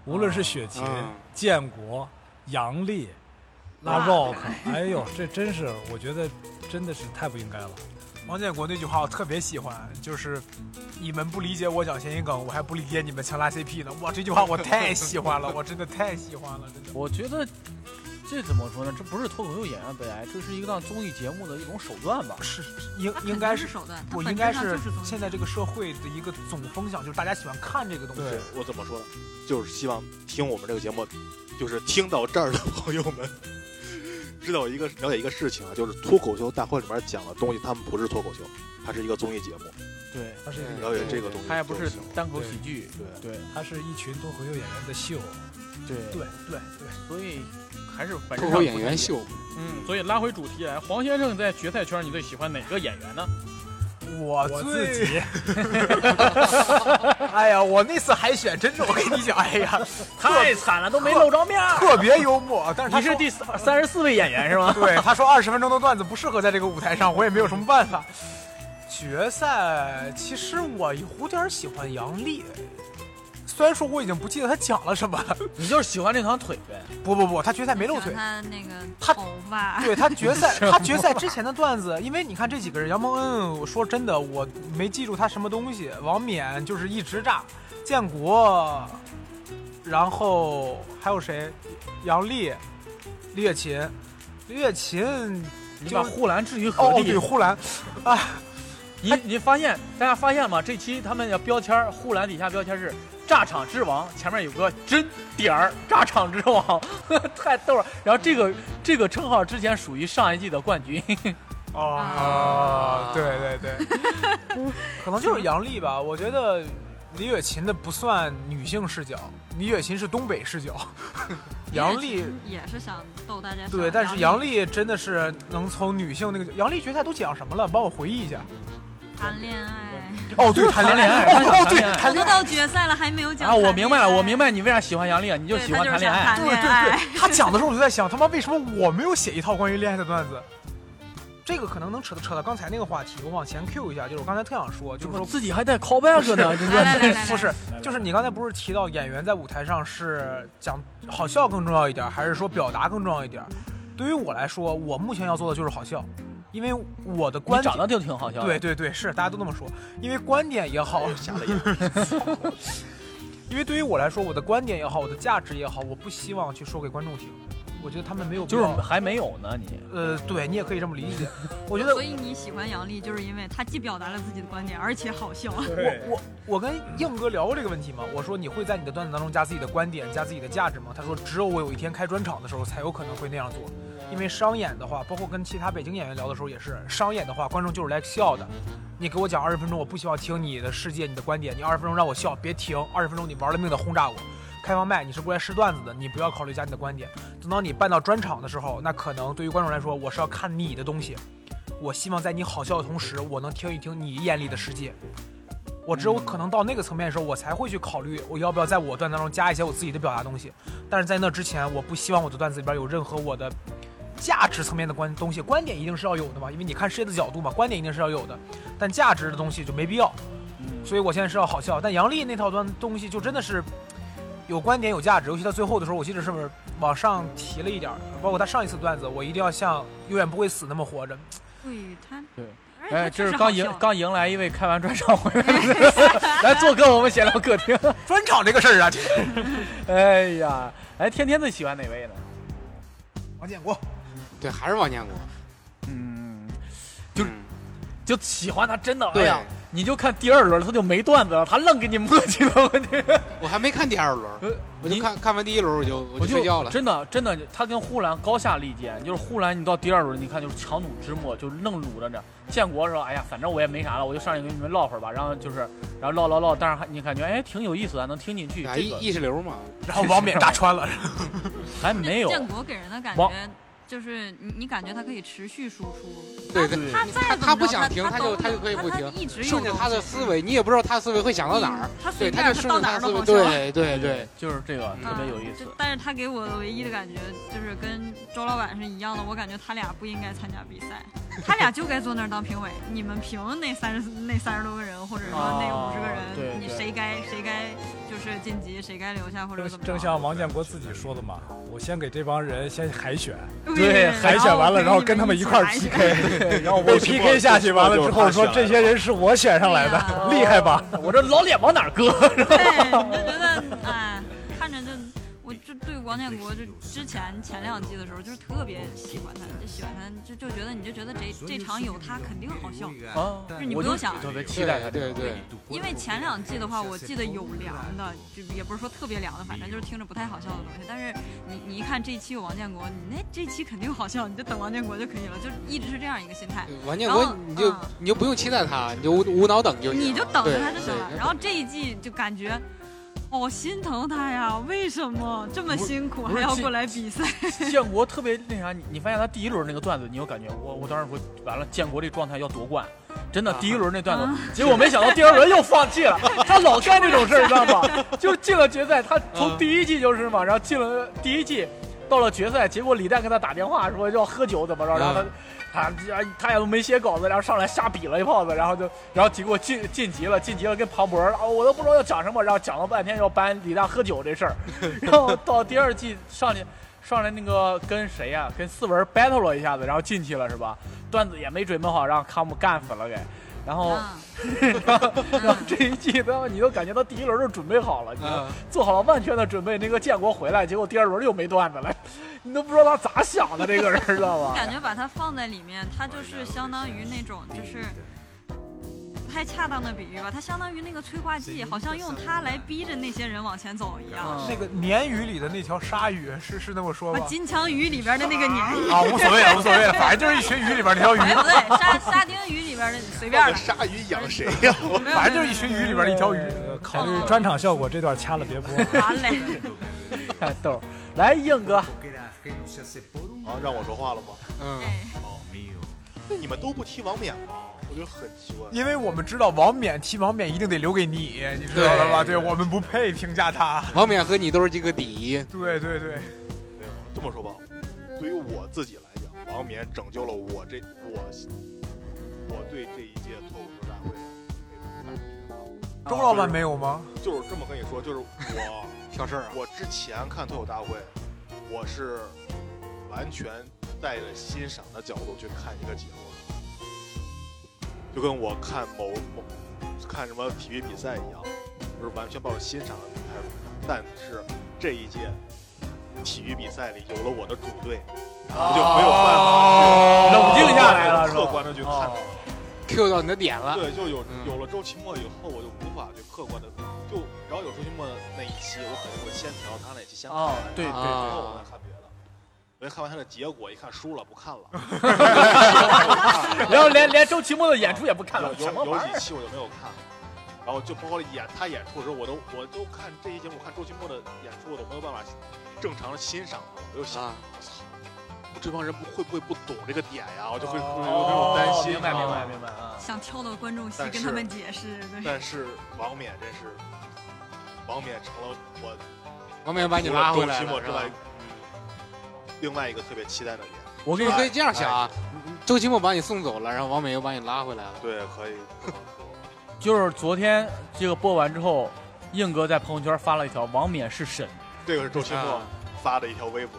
Speaker 5: 无论是
Speaker 6: 啊
Speaker 5: 雪琴、
Speaker 2: 嗯
Speaker 5: 建国、杨笠、拉 Rock，哎呦，这真是我觉得真的是太不应该了。
Speaker 6: 王建国那句话我特别喜欢，就是你们不理解我讲谐音梗，我还不理解你们强拉 CP 呢。哇，这句话我太喜欢了，我真的太喜欢了，真的。
Speaker 1: 我觉得这怎么说呢？这不是脱口秀演员的悲哀，这是一个让综艺节目的一种手段吧。
Speaker 6: 是应
Speaker 4: 它肯定
Speaker 6: 应该
Speaker 4: 是
Speaker 6: 是，
Speaker 4: 手段，它
Speaker 6: 我
Speaker 4: 本
Speaker 6: 应
Speaker 4: 质
Speaker 6: 该
Speaker 4: 上
Speaker 6: 是
Speaker 4: 就是综艺
Speaker 6: 现在这个社会的一个总风向，就是大家喜欢看这个东西。
Speaker 5: 对
Speaker 3: 我怎么说呢？就是希望听我们这个节目，就是听到这儿的朋友们，知道一个了解一个事情啊，就是脱口秀大会里面讲的东西，他们不是脱口秀，它是一个综艺节目，
Speaker 1: 对，
Speaker 5: 它是一个
Speaker 3: 了解这个东西。
Speaker 1: 他也不哦是
Speaker 3: 就行
Speaker 1: 单口喜剧，
Speaker 3: 对，
Speaker 1: 对
Speaker 5: 它是一群脱口秀演员的秀，
Speaker 1: 对
Speaker 6: 对对对，
Speaker 1: 所以还是本质
Speaker 2: 脱
Speaker 1: 上
Speaker 2: 口
Speaker 1: 不
Speaker 2: 演
Speaker 1: 太一
Speaker 2: 员
Speaker 1: 样。
Speaker 2: 秀，
Speaker 1: 嗯，所以拉回主题来，黄先生在决赛圈，你最喜欢哪个演员呢？
Speaker 6: 我
Speaker 5: 我
Speaker 6: 最
Speaker 5: 自己
Speaker 6: [laughs] 哎呀，我那次海选真的，我跟你讲，哎呀，
Speaker 1: 太惨了，都没露着面儿。
Speaker 6: [laughs] 特别幽默。啊但是他
Speaker 1: 你是
Speaker 6: 说
Speaker 1: 第三十四位演员是吗？
Speaker 6: [laughs] 对， [laughs] 他说二十分钟的段子不适合在这个舞台上，我也没有什么办法。 [laughs] 决赛其实我有点喜欢杨笠，虽然说我已经不记得他讲了什么。
Speaker 1: [laughs]
Speaker 6: [laughs]
Speaker 1: 你就是喜欢这条腿呗。
Speaker 6: 不不不，他决赛没露
Speaker 4: 喜
Speaker 6: 腿
Speaker 4: 欢。他那个
Speaker 6: 他
Speaker 4: 头发，
Speaker 6: [laughs] 对他决赛，他决赛之前的段子，因为你看这几个人，杨蒙恩，我说真的，我没记住他什么东西。王冕就是一直炸，建国，然后还有谁？杨笠，李雪琴，李雪琴，
Speaker 1: 你把护栏置于
Speaker 6: 哦
Speaker 1: 何
Speaker 6: 哦对，
Speaker 1: 地？
Speaker 6: 呼兰，
Speaker 1: 你你发现大家发现吗？这期他们的标签儿护栏底下标签是“炸场之王”，前面有个真点儿“炸场之王”， [laughs] 呵呵太逗了。然后这个这个称号之前属于上一季的冠军。
Speaker 6: 哦，啊对对对，可能就是杨笠吧。我觉得李雪琴的不算女性视角，李雪琴是东北视角， [laughs] 杨笠。
Speaker 4: 也是想逗大家笑。
Speaker 6: 对，但是杨笠真的是能从女性那个杨笠决赛都讲什么了？帮我回忆一下。
Speaker 4: 谈恋爱，
Speaker 6: 哦，对，谈
Speaker 1: 谈恋爱他想
Speaker 6: 哦，
Speaker 1: 谈
Speaker 6: 对
Speaker 1: 恋，爱
Speaker 6: 谈
Speaker 4: 我
Speaker 6: 恋
Speaker 4: 都
Speaker 6: 爱。
Speaker 4: 到决赛了还没有讲
Speaker 1: 啊，我
Speaker 4: 谈
Speaker 1: 明白了，
Speaker 4: 恋爱
Speaker 1: 我明白你为啥喜欢杨笠，你就
Speaker 4: 对
Speaker 1: 喜
Speaker 4: 他
Speaker 1: 欢
Speaker 4: 就是
Speaker 1: 谈恋
Speaker 4: 想
Speaker 1: 爱。
Speaker 4: 谈
Speaker 6: 对
Speaker 4: 恋
Speaker 6: 对
Speaker 4: 爱，
Speaker 6: 对，他讲的时候我就在想，他妈为什么我没有写一套关于恋爱的段子？这个可能能扯到扯到刚才那个话题，我往前 Q 一下，就是我刚才特想说，就是说
Speaker 1: 自己还带 callback 呢，真
Speaker 4: 来来来来
Speaker 1: [laughs]
Speaker 4: 来，
Speaker 6: 不是，就是你刚才不是提到演员在舞台上是讲好笑更重要一点，还是说表达更重要一点？对于我来说，我目前要做的就是好笑，因为我的
Speaker 1: 你
Speaker 6: 观点
Speaker 1: 长得就挺好笑的。
Speaker 6: 对对对，是大家都那么说，因为观点也好，
Speaker 3: 吓哎了一
Speaker 1: [laughs]
Speaker 3: 跳。
Speaker 6: 因为对于我来说，我的观点也好，我的价值也好，我不希望去说给观众听，我我觉得他们没有必
Speaker 1: 就是
Speaker 6: 要
Speaker 1: 还没有呢，你
Speaker 6: 呃，对你也可以这么
Speaker 1: [laughs]
Speaker 6: 理解。我觉得
Speaker 4: 所以你喜欢杨笠，就是因为他既表达了自己的观点，而且好笑。
Speaker 6: 我我我跟硬哥聊过这个问题嘛，我说你会在你的段子当中加自己的观点、加自己的价值吗？他说只有我有一天开专场的时候才有可能会那样做，因为商演的话，包括跟其他北京演员聊的时候也是，商演的话观众就是来笑的。你给我讲二十分钟，我不希望听你的世界、你的观点，你二十分钟让我笑，别停，二十分钟你玩了命的轰炸我。开放麦你是过来试段子的，你不要考虑加你的观点。等到你办到专场的时候，那可能对于观众来说，我是要看你的东西，我希望在你好笑的同时，我能听一听你眼里的世界。我只有可能到那个层面的时候，我才会去考虑我要不要在我段当中加一些我自己的表达东西。但是在那之前，我不希望我的段子里边有任何我的价值层面的观东西。观点一定是要有的嘛，因为你看世界的角度嘛，观点一定是要有的。但价值的东西就没必要。
Speaker 1: 嗯
Speaker 6: 所以我现在是要好笑，但杨笠那套端东西就真的是有观点有价值，尤其到最后的时候，我记得是不是往上提了一点儿，包括他上一次段子，我一定要像永远不会死那么活着。
Speaker 4: 对他，
Speaker 1: 对
Speaker 4: 而且他
Speaker 1: 哎，
Speaker 4: 确
Speaker 1: 这
Speaker 4: 实
Speaker 1: 是
Speaker 4: 好
Speaker 1: 刚迎
Speaker 4: 笑
Speaker 1: 刚迎来一位开完专场回来的， [laughs] 来做客我们闲聊客厅。
Speaker 6: 专场这个事儿 [laughs] 啊，
Speaker 1: [laughs] 哎呀，哎，天天最喜欢哪位呢？
Speaker 6: 王建国，
Speaker 2: 对，还是王建国，
Speaker 1: 嗯，就
Speaker 2: 嗯
Speaker 1: 就喜欢他，真的，哎
Speaker 2: 对
Speaker 1: 呀，你就看第二轮他就没段子了，他愣给你磨叽了，我天。
Speaker 2: 我还没看第二轮，我就
Speaker 1: 你
Speaker 2: 看看完第一轮我就我就睡觉了。
Speaker 1: 真的真的，他跟呼兰高下立见，就是呼兰你到第二轮，你看就是强弩之末，就愣撸着呢。建国说：“哎呀，反正我也没啥了，我就上去跟你们唠会儿吧。”然后就是，然后唠唠唠，但是还你感觉哎挺有意思的，能听进去。
Speaker 2: 啊，
Speaker 1: 这
Speaker 2: 意
Speaker 1: 个 [laughs]
Speaker 2: 意识流嘛，
Speaker 6: 然后王冕炸穿了，
Speaker 1: 还没有，
Speaker 4: [laughs] 建国给人的感
Speaker 1: 王
Speaker 4: 觉就是你你感觉他可以持续输出，
Speaker 2: 对
Speaker 4: 他
Speaker 2: 对
Speaker 4: 他再怎么着
Speaker 2: 他不想停
Speaker 4: 他
Speaker 2: 他就
Speaker 4: 都
Speaker 2: 他就
Speaker 4: 有
Speaker 2: 可以不
Speaker 4: 他
Speaker 2: 停
Speaker 4: 一直有
Speaker 2: 顺着他的
Speaker 4: 东西
Speaker 2: 思维，你也不知道他思维会想到哪儿，
Speaker 4: 嗯他随
Speaker 2: 对，
Speaker 4: 便
Speaker 2: 他就顺
Speaker 4: 到
Speaker 2: 着
Speaker 4: 哪儿
Speaker 2: 他
Speaker 4: 都
Speaker 2: 思维，
Speaker 4: 好笑。
Speaker 2: 对对对，
Speaker 1: 就是这
Speaker 4: 啊
Speaker 1: 个特别有意思
Speaker 4: 就。但是他给我的唯一的感觉就是跟周老板是一样的，我感觉他俩不应该参加比赛，他俩就该坐那儿当评委。你们评那三十那三十多个人，或者说那
Speaker 1: 哦
Speaker 4: 五十个人，
Speaker 1: 对
Speaker 4: 你
Speaker 1: 对
Speaker 4: 谁该谁该就是晋级，谁该留下或者怎
Speaker 5: 正
Speaker 4: 么着
Speaker 5: 正像王建国自己说的嘛，我先给这帮人先海选，
Speaker 1: 对
Speaker 5: 海选完了，然后跟他们一
Speaker 6: [laughs]
Speaker 5: 块儿 [laughs] PK，
Speaker 1: 对，然后
Speaker 5: 被
Speaker 1: 我
Speaker 5: PK 下去，完了之后说
Speaker 3: 就是他选来的
Speaker 5: 这些人是我选上来
Speaker 4: 对
Speaker 5: 的，
Speaker 4: 呀
Speaker 5: 厉害吧？
Speaker 4: 啊
Speaker 1: 我这老脸往哪儿搁？
Speaker 4: 对，你就觉得哎，看着就。我就对王建国，就之前前两季的时候，就是特别喜欢他，就喜欢他，就就觉得你就觉得这这场有他肯定好笑，
Speaker 1: 啊，
Speaker 4: 是你
Speaker 1: 我
Speaker 4: 不
Speaker 1: 就
Speaker 4: 用想
Speaker 1: 特别期待他这个
Speaker 2: 对对对，
Speaker 4: 因为前两季的话，我记得有凉的，就也不是说特别凉的，反正就是听着不太好笑的东西。但是你你一看这一期有王建国，你那这期肯定好笑，你就等王建国就可以了，就一直是这样一个心态，
Speaker 2: 王建
Speaker 4: 然
Speaker 2: 国
Speaker 4: 后
Speaker 2: 你就
Speaker 4: 嗯
Speaker 2: 你就不用期待他，你就无无脑等就行，
Speaker 4: 你就等着他就
Speaker 2: 对
Speaker 4: 行了。
Speaker 2: 对
Speaker 4: 然后这一季就感觉。哦，心疼他呀！为什么这么辛苦
Speaker 1: 不是
Speaker 4: 还要
Speaker 1: 这
Speaker 4: 过来比赛？
Speaker 1: [laughs] 建国特别那啥，你你发现他第一轮那个段子，你有感觉，我我当时会完了，建国这状态要夺冠，真的
Speaker 2: 啊
Speaker 1: 第一轮那段子，结果没想到第二轮又放弃
Speaker 2: [laughs]
Speaker 1: 了，他老干这种事儿，你知道吗？就是进了决赛，他从
Speaker 2: 嗯
Speaker 1: 第一季就是嘛，然后进了第一季，到了决赛，结果李诞给他打电话说要喝酒怎么着，然后
Speaker 2: 嗯
Speaker 1: 他他他也没写稿子，然后上来瞎比了一炮子，然后就然后结果晋晋级了，晋级了跟庞博啊，我都不知道要讲什么，然后讲了半天要搬李诞喝酒这事儿，然后到第二季上去。 [laughs] 上来那个跟谁呀、跟思文 battle 了一下子，然后进去了是吧？段子也没准备好，让康姆干死了给。然后，
Speaker 4: 啊
Speaker 1: 然
Speaker 4: 嗯
Speaker 1: [laughs] 后这一季他妈你都感觉到第一轮就准备好了，你知道吗
Speaker 6: 啊
Speaker 2: 嗯，
Speaker 1: 做好了万全的准备。那个建国回来，结果第二轮又没段子了， [laughs] 你都不知道他咋想的这个人，知道吧？
Speaker 4: 感觉把它放在里面，它就是相当于那种就是。不太恰当的比喻吧，它相当于那个催化剂，好像用它来逼着那些人往前走一样。
Speaker 1: 嗯
Speaker 6: 那个鲶鱼里的那条鲨鱼是是那么说
Speaker 4: 把
Speaker 6: 吧？
Speaker 4: 金枪鱼里边的那个鲶鱼，
Speaker 6: 啊，无所谓了，无所谓了，反正就是一群鱼里边
Speaker 4: [laughs]
Speaker 6: 那条鱼，
Speaker 4: 哎不对，沙沙丁鱼里边的随便
Speaker 3: 那
Speaker 4: 了，
Speaker 3: 鲨鱼养谁呀？
Speaker 4: 没有
Speaker 6: 反正就是一群 [laughs] 鱼里边的一条鱼。
Speaker 5: 呃考虑专场效果，这段掐了别播。
Speaker 4: 好嘞，
Speaker 1: 太逗儿。来，硬哥，
Speaker 3: 啊，让我说话了吗？
Speaker 2: 嗯，
Speaker 4: 哎
Speaker 3: 那你们都不踢王冕吗？我觉得很奇怪。
Speaker 6: 因为我们知道王冕踢王冕一定得留给你，你知道了吧？对我们不配评价他。
Speaker 2: 王冕和你都是这个底，
Speaker 6: 对对对，
Speaker 3: 没有啊这么说吧，对于我自己来讲，王冕拯救了我这我我对这一届脱口秀大会的那种
Speaker 6: 周老板没有吗？
Speaker 3: 感觉，就是这么跟你说，就是我，
Speaker 2: 小事儿啊
Speaker 3: 我之前看脱口大会，我是完全带着欣赏的角度去看一个节目的，就跟我看某某看什么体育比赛一样，就是完全抱着欣赏的态度。但是这一届，体育比赛里有了我的主队，我就没有办法
Speaker 1: 哦冷静下来了，是
Speaker 3: 客
Speaker 1: 吧？哦
Speaker 3: 观的去看待。
Speaker 2: ，Q 到你的点
Speaker 1: 啊
Speaker 2: 了。
Speaker 3: 对，就有
Speaker 2: 嗯
Speaker 3: 有了周奇墨以后，我就无法去客观的就，然后有周奇墨那一期，我肯定会先调他那期，先看
Speaker 1: 哦
Speaker 3: 完他
Speaker 1: 对
Speaker 3: 然
Speaker 1: 对
Speaker 2: 对
Speaker 3: 后我再看别的。我一看完他的结果，一看输了，不看了。
Speaker 1: [laughs] 然后连连周奇墨的演出也不 [laughs] 看
Speaker 3: 有
Speaker 1: 了，什么
Speaker 3: 有有
Speaker 1: 玩意
Speaker 3: 几
Speaker 1: 儿？
Speaker 3: 期我就没有看，然后就包括演他演出的时候，我都我都看这一节目，我看周奇墨的演出，我都没有办法正常的欣赏了。我就想，
Speaker 2: 啊，
Speaker 3: 我操，这帮人不会不会不懂这个点呀？我就会会有这种担
Speaker 1: 哦，
Speaker 3: 心。
Speaker 1: 明白
Speaker 3: 你知道
Speaker 1: 明
Speaker 3: 吗
Speaker 1: 白明白啊！
Speaker 4: 想跳到观众席
Speaker 3: 但
Speaker 4: 跟
Speaker 3: 是
Speaker 4: 他们解释，对，
Speaker 3: 但是王冕真是，王冕成了我
Speaker 2: 我们也把你拉回来
Speaker 3: 除了周奇墨
Speaker 2: 了，
Speaker 3: 之
Speaker 2: 是吧
Speaker 3: 外？，另外一个特别期待的点。
Speaker 1: 我跟
Speaker 2: 你
Speaker 1: 你
Speaker 2: 可以这样想啊，周奇墨把你送走了，然后王美又把你拉回来了。
Speaker 3: 对，可以这么说。
Speaker 1: 就是昨天这个播完之后，硬哥在朋友圈发了一条“王冕是
Speaker 3: [laughs]
Speaker 1: 神
Speaker 3: [laughs] 这个是周奇墨
Speaker 2: 啊
Speaker 3: 发的一条
Speaker 2: [laughs]
Speaker 3: 微博，”，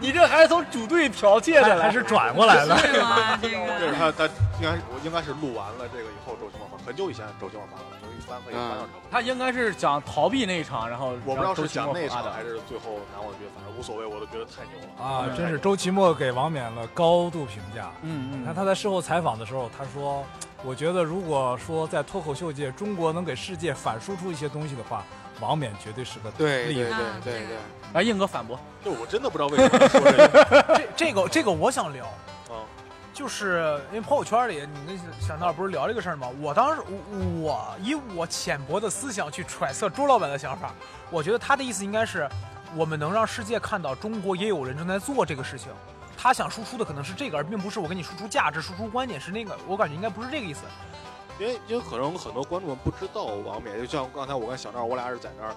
Speaker 1: 你这还是从主队剽窃的，
Speaker 5: 还是转过来了。
Speaker 4: 是吗？这
Speaker 3: 这是
Speaker 4: 个
Speaker 3: 他他应该是我应该是录完了这个以后，周奇墨发，很久以前周奇墨发的，我一翻可以翻
Speaker 2: 嗯
Speaker 3: 到这个。
Speaker 1: 他应该是讲逃避那一场，然后
Speaker 3: 我不知道是讲那
Speaker 1: 场
Speaker 6: 啊
Speaker 3: 场还是最后拿冠军，反正无所谓，我都觉得太牛了哎
Speaker 5: 啊，真是周奇墨给王冕了高度评价。
Speaker 1: 嗯嗯，
Speaker 5: 你看他在事后采访的时候，他说：“我觉得如果说在脱口秀界，中国能给世界反输出一些东西的话，王冕绝对是个
Speaker 2: 对对
Speaker 5: 厉
Speaker 2: 对
Speaker 5: 害。
Speaker 4: 啊
Speaker 2: 对
Speaker 4: 这个
Speaker 2: 对，
Speaker 1: 来哎硬哥反驳，
Speaker 3: 就我真的不知道为什么说这个。
Speaker 6: [laughs] 这这个这个我想聊，
Speaker 3: 嗯
Speaker 6: 就是因为朋友圈里你那小闹不是聊这个事儿吗？我当时我我以我浅薄的思想去揣测周老板的想法，我觉得他的意思应该是，我们能让世界看到中国也有人正在做这个事情。他想输出的可能是这个，而并不是我给你输出价值、输出观点是那个。我感觉应该不是这个意思。
Speaker 3: 因为因为可能很多观众不知道王冕，就像刚才我跟小赵，我俩是在那儿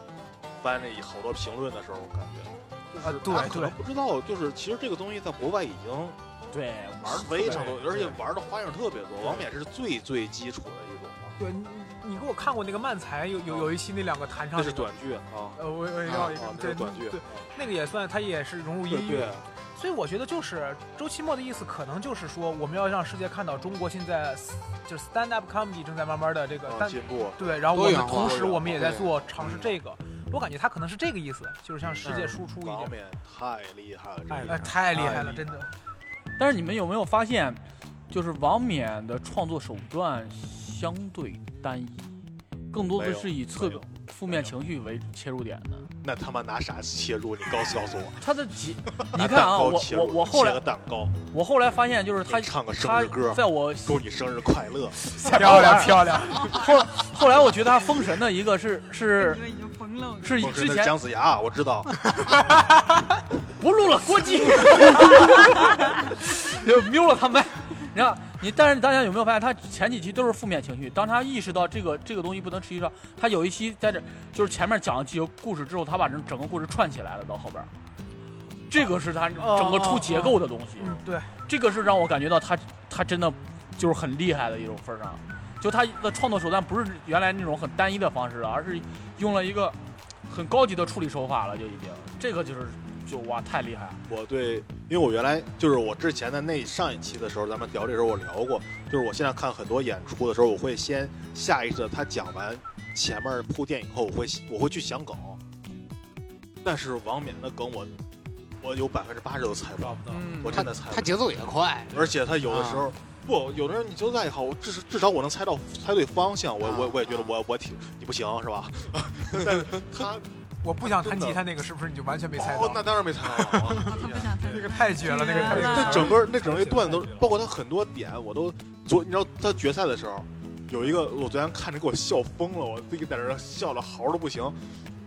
Speaker 3: 翻那好多评论的时候，我感觉
Speaker 6: 啊对
Speaker 3: 大家可
Speaker 6: 对
Speaker 3: 能不知道，就是其实这个东西在国外已经
Speaker 1: 对，玩
Speaker 3: 玩
Speaker 1: 儿
Speaker 3: 的非常
Speaker 1: 特
Speaker 3: 多，而且玩的花样特别多。王冕是最最基础的一种嘛，
Speaker 6: 对你，你给我看过那个漫才有有有一期那两个弹唱
Speaker 3: 这啊
Speaker 6: 那
Speaker 3: 是
Speaker 6: 个，
Speaker 3: 短剧啊，
Speaker 6: 呃，我我知
Speaker 3: 啊
Speaker 6: 道一个
Speaker 3: 啊，这
Speaker 6: 对
Speaker 3: 是短剧
Speaker 6: 对，
Speaker 3: 啊，
Speaker 6: 那个也算，它也是融入
Speaker 3: 对
Speaker 6: 音乐
Speaker 3: 对。啊
Speaker 6: 所以我觉得就是周奇墨的意思，可能就是说我们要让世界看到中国现在 s- 就是 stand up comedy 正在慢慢的这个
Speaker 3: 啊
Speaker 6: 但
Speaker 3: 进步。
Speaker 6: 对，然后我
Speaker 2: 多元
Speaker 6: 们
Speaker 2: 化
Speaker 6: 同时
Speaker 3: 多元化嗯
Speaker 6: 我们也在
Speaker 2: 对
Speaker 6: 做尝试这个，我感觉他可能是这个意思，就是向世界输出一
Speaker 3: 王
Speaker 6: 点。
Speaker 3: 冕太嗯厉害了，
Speaker 5: 太
Speaker 3: 这
Speaker 5: 厉
Speaker 3: 个
Speaker 5: 害
Speaker 6: 哎，
Speaker 5: 了
Speaker 6: 太厉害了，
Speaker 5: 哎
Speaker 6: 真的。
Speaker 1: 但是你们有没有发现，就是王冕的创作手段相对单一，更多的是以
Speaker 3: 没
Speaker 1: 侧
Speaker 3: 有
Speaker 1: 负面情绪为切入点的。
Speaker 3: 那他妈拿啥切入？你告诉告诉我，
Speaker 1: 他的几， [laughs] 你
Speaker 3: 啊拿
Speaker 1: 看
Speaker 3: [laughs] 蛋
Speaker 1: 啊，
Speaker 3: 糕
Speaker 1: 我
Speaker 3: 切入，
Speaker 1: 我我后
Speaker 3: 切
Speaker 1: 来
Speaker 3: 个蛋糕，
Speaker 1: 我后来发现，就是他
Speaker 3: 给你唱个生
Speaker 1: 他
Speaker 3: 日歌，
Speaker 1: 在我
Speaker 3: 祝你生日快乐。
Speaker 1: [laughs] 漂亮
Speaker 6: 漂亮，
Speaker 1: 后后来我觉得他封神的一个是是
Speaker 4: 哥已经疯了。
Speaker 1: 是
Speaker 3: 我
Speaker 1: 之
Speaker 3: 是
Speaker 1: 前
Speaker 3: 姜子牙，我知道，
Speaker 1: 不录了，关机，就瞄了他麦。然后你，但是大家有没有发现，他前几期都是负面情绪。当他意识到这个这个东西不能持续到，他有一期在这就是前面讲了几个故事之后，他把这整个故事串起来了，到后边儿，这个是他整个出结构的东西。
Speaker 6: 嗯，对，
Speaker 1: 这个是让我感觉到他他真的就是很厉害的一种份儿上，就他的创作手段不是原来那种很单一的方式了，而是用了一个很高级的处理手法了，就已经这个就是就哇太厉害了，
Speaker 3: 我对，因为我原来就是我之前的那上一期的时候，咱们聊这时候我聊过，就是我现在看很多演出的时候，我会先下意识的他讲完前面铺垫以后，我会我会去想梗，但是王冕的梗我我有百分之八十都猜不到，
Speaker 5: 不到
Speaker 1: 嗯
Speaker 3: 我真的猜不
Speaker 2: 他
Speaker 3: 到。
Speaker 2: 节奏也快，
Speaker 3: 而且他有的时候、不，有的人你就再好，我至少至少我能猜到猜对方向，我、
Speaker 2: 啊
Speaker 3: 我我也觉得我我挺你不行是吧？ [laughs] 但是他
Speaker 6: 我不想弹
Speaker 3: 真的
Speaker 6: 吉他那个，是不是你就完全没猜
Speaker 3: 哦，那
Speaker 6: 到？
Speaker 3: 当然没猜到了。啊
Speaker 4: 他不想参
Speaker 6: 那
Speaker 4: 加
Speaker 6: 个太绝了，那个太
Speaker 4: 天
Speaker 6: 绝了
Speaker 4: 哪
Speaker 3: 那。整个那整个段子都，包括他很多点，我都昨你知道他决赛的时候，有一个我昨天看着给我笑疯了，我自己在那儿笑的嚎的不行。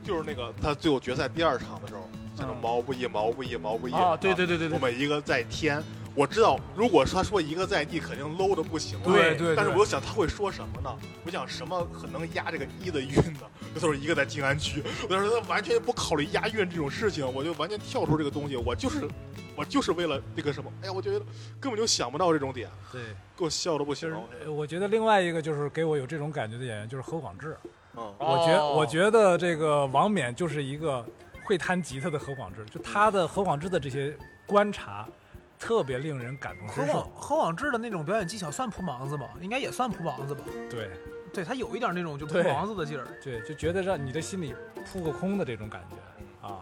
Speaker 3: 就是那个他最后决赛第二场的时候，在那毛不易毛不易毛不易
Speaker 1: 啊嗯对对对对对
Speaker 3: 我每一个在天，我知道如果说他说一个在地，肯定 low 的不行了。
Speaker 6: 对对，
Speaker 3: 但是
Speaker 6: 对
Speaker 3: 我又想他会说什么呢？我想什么很能押这个一的韵呢？那都是一个在静安区，我当时他完全不考虑押韵这种事情，我就完全跳出这个东西，我就是我就是为了那个什么，哎呀，我觉得根本就想不到这种点，
Speaker 5: 对，
Speaker 3: 给我笑的不
Speaker 5: 其
Speaker 3: 行
Speaker 5: 实。
Speaker 1: 哦
Speaker 5: 呃我觉得另外一个就是给我有这种感觉的演员就是何广智，
Speaker 3: 嗯，
Speaker 5: 我觉
Speaker 1: 哦
Speaker 5: 我觉得这个王冕就是一个会弹吉他的何广智，就他的何广智的这些观察特别令人感同
Speaker 6: 何
Speaker 5: 身
Speaker 6: 广
Speaker 5: 受。
Speaker 6: 何广智的那种表演技巧算扑盲子吗？应该也算扑盲子吧？
Speaker 5: 对
Speaker 6: 对他有一点那种就扑
Speaker 5: 对
Speaker 6: 盲子的劲儿。
Speaker 5: 对，就觉得让你的心里扑个空的这种感觉啊。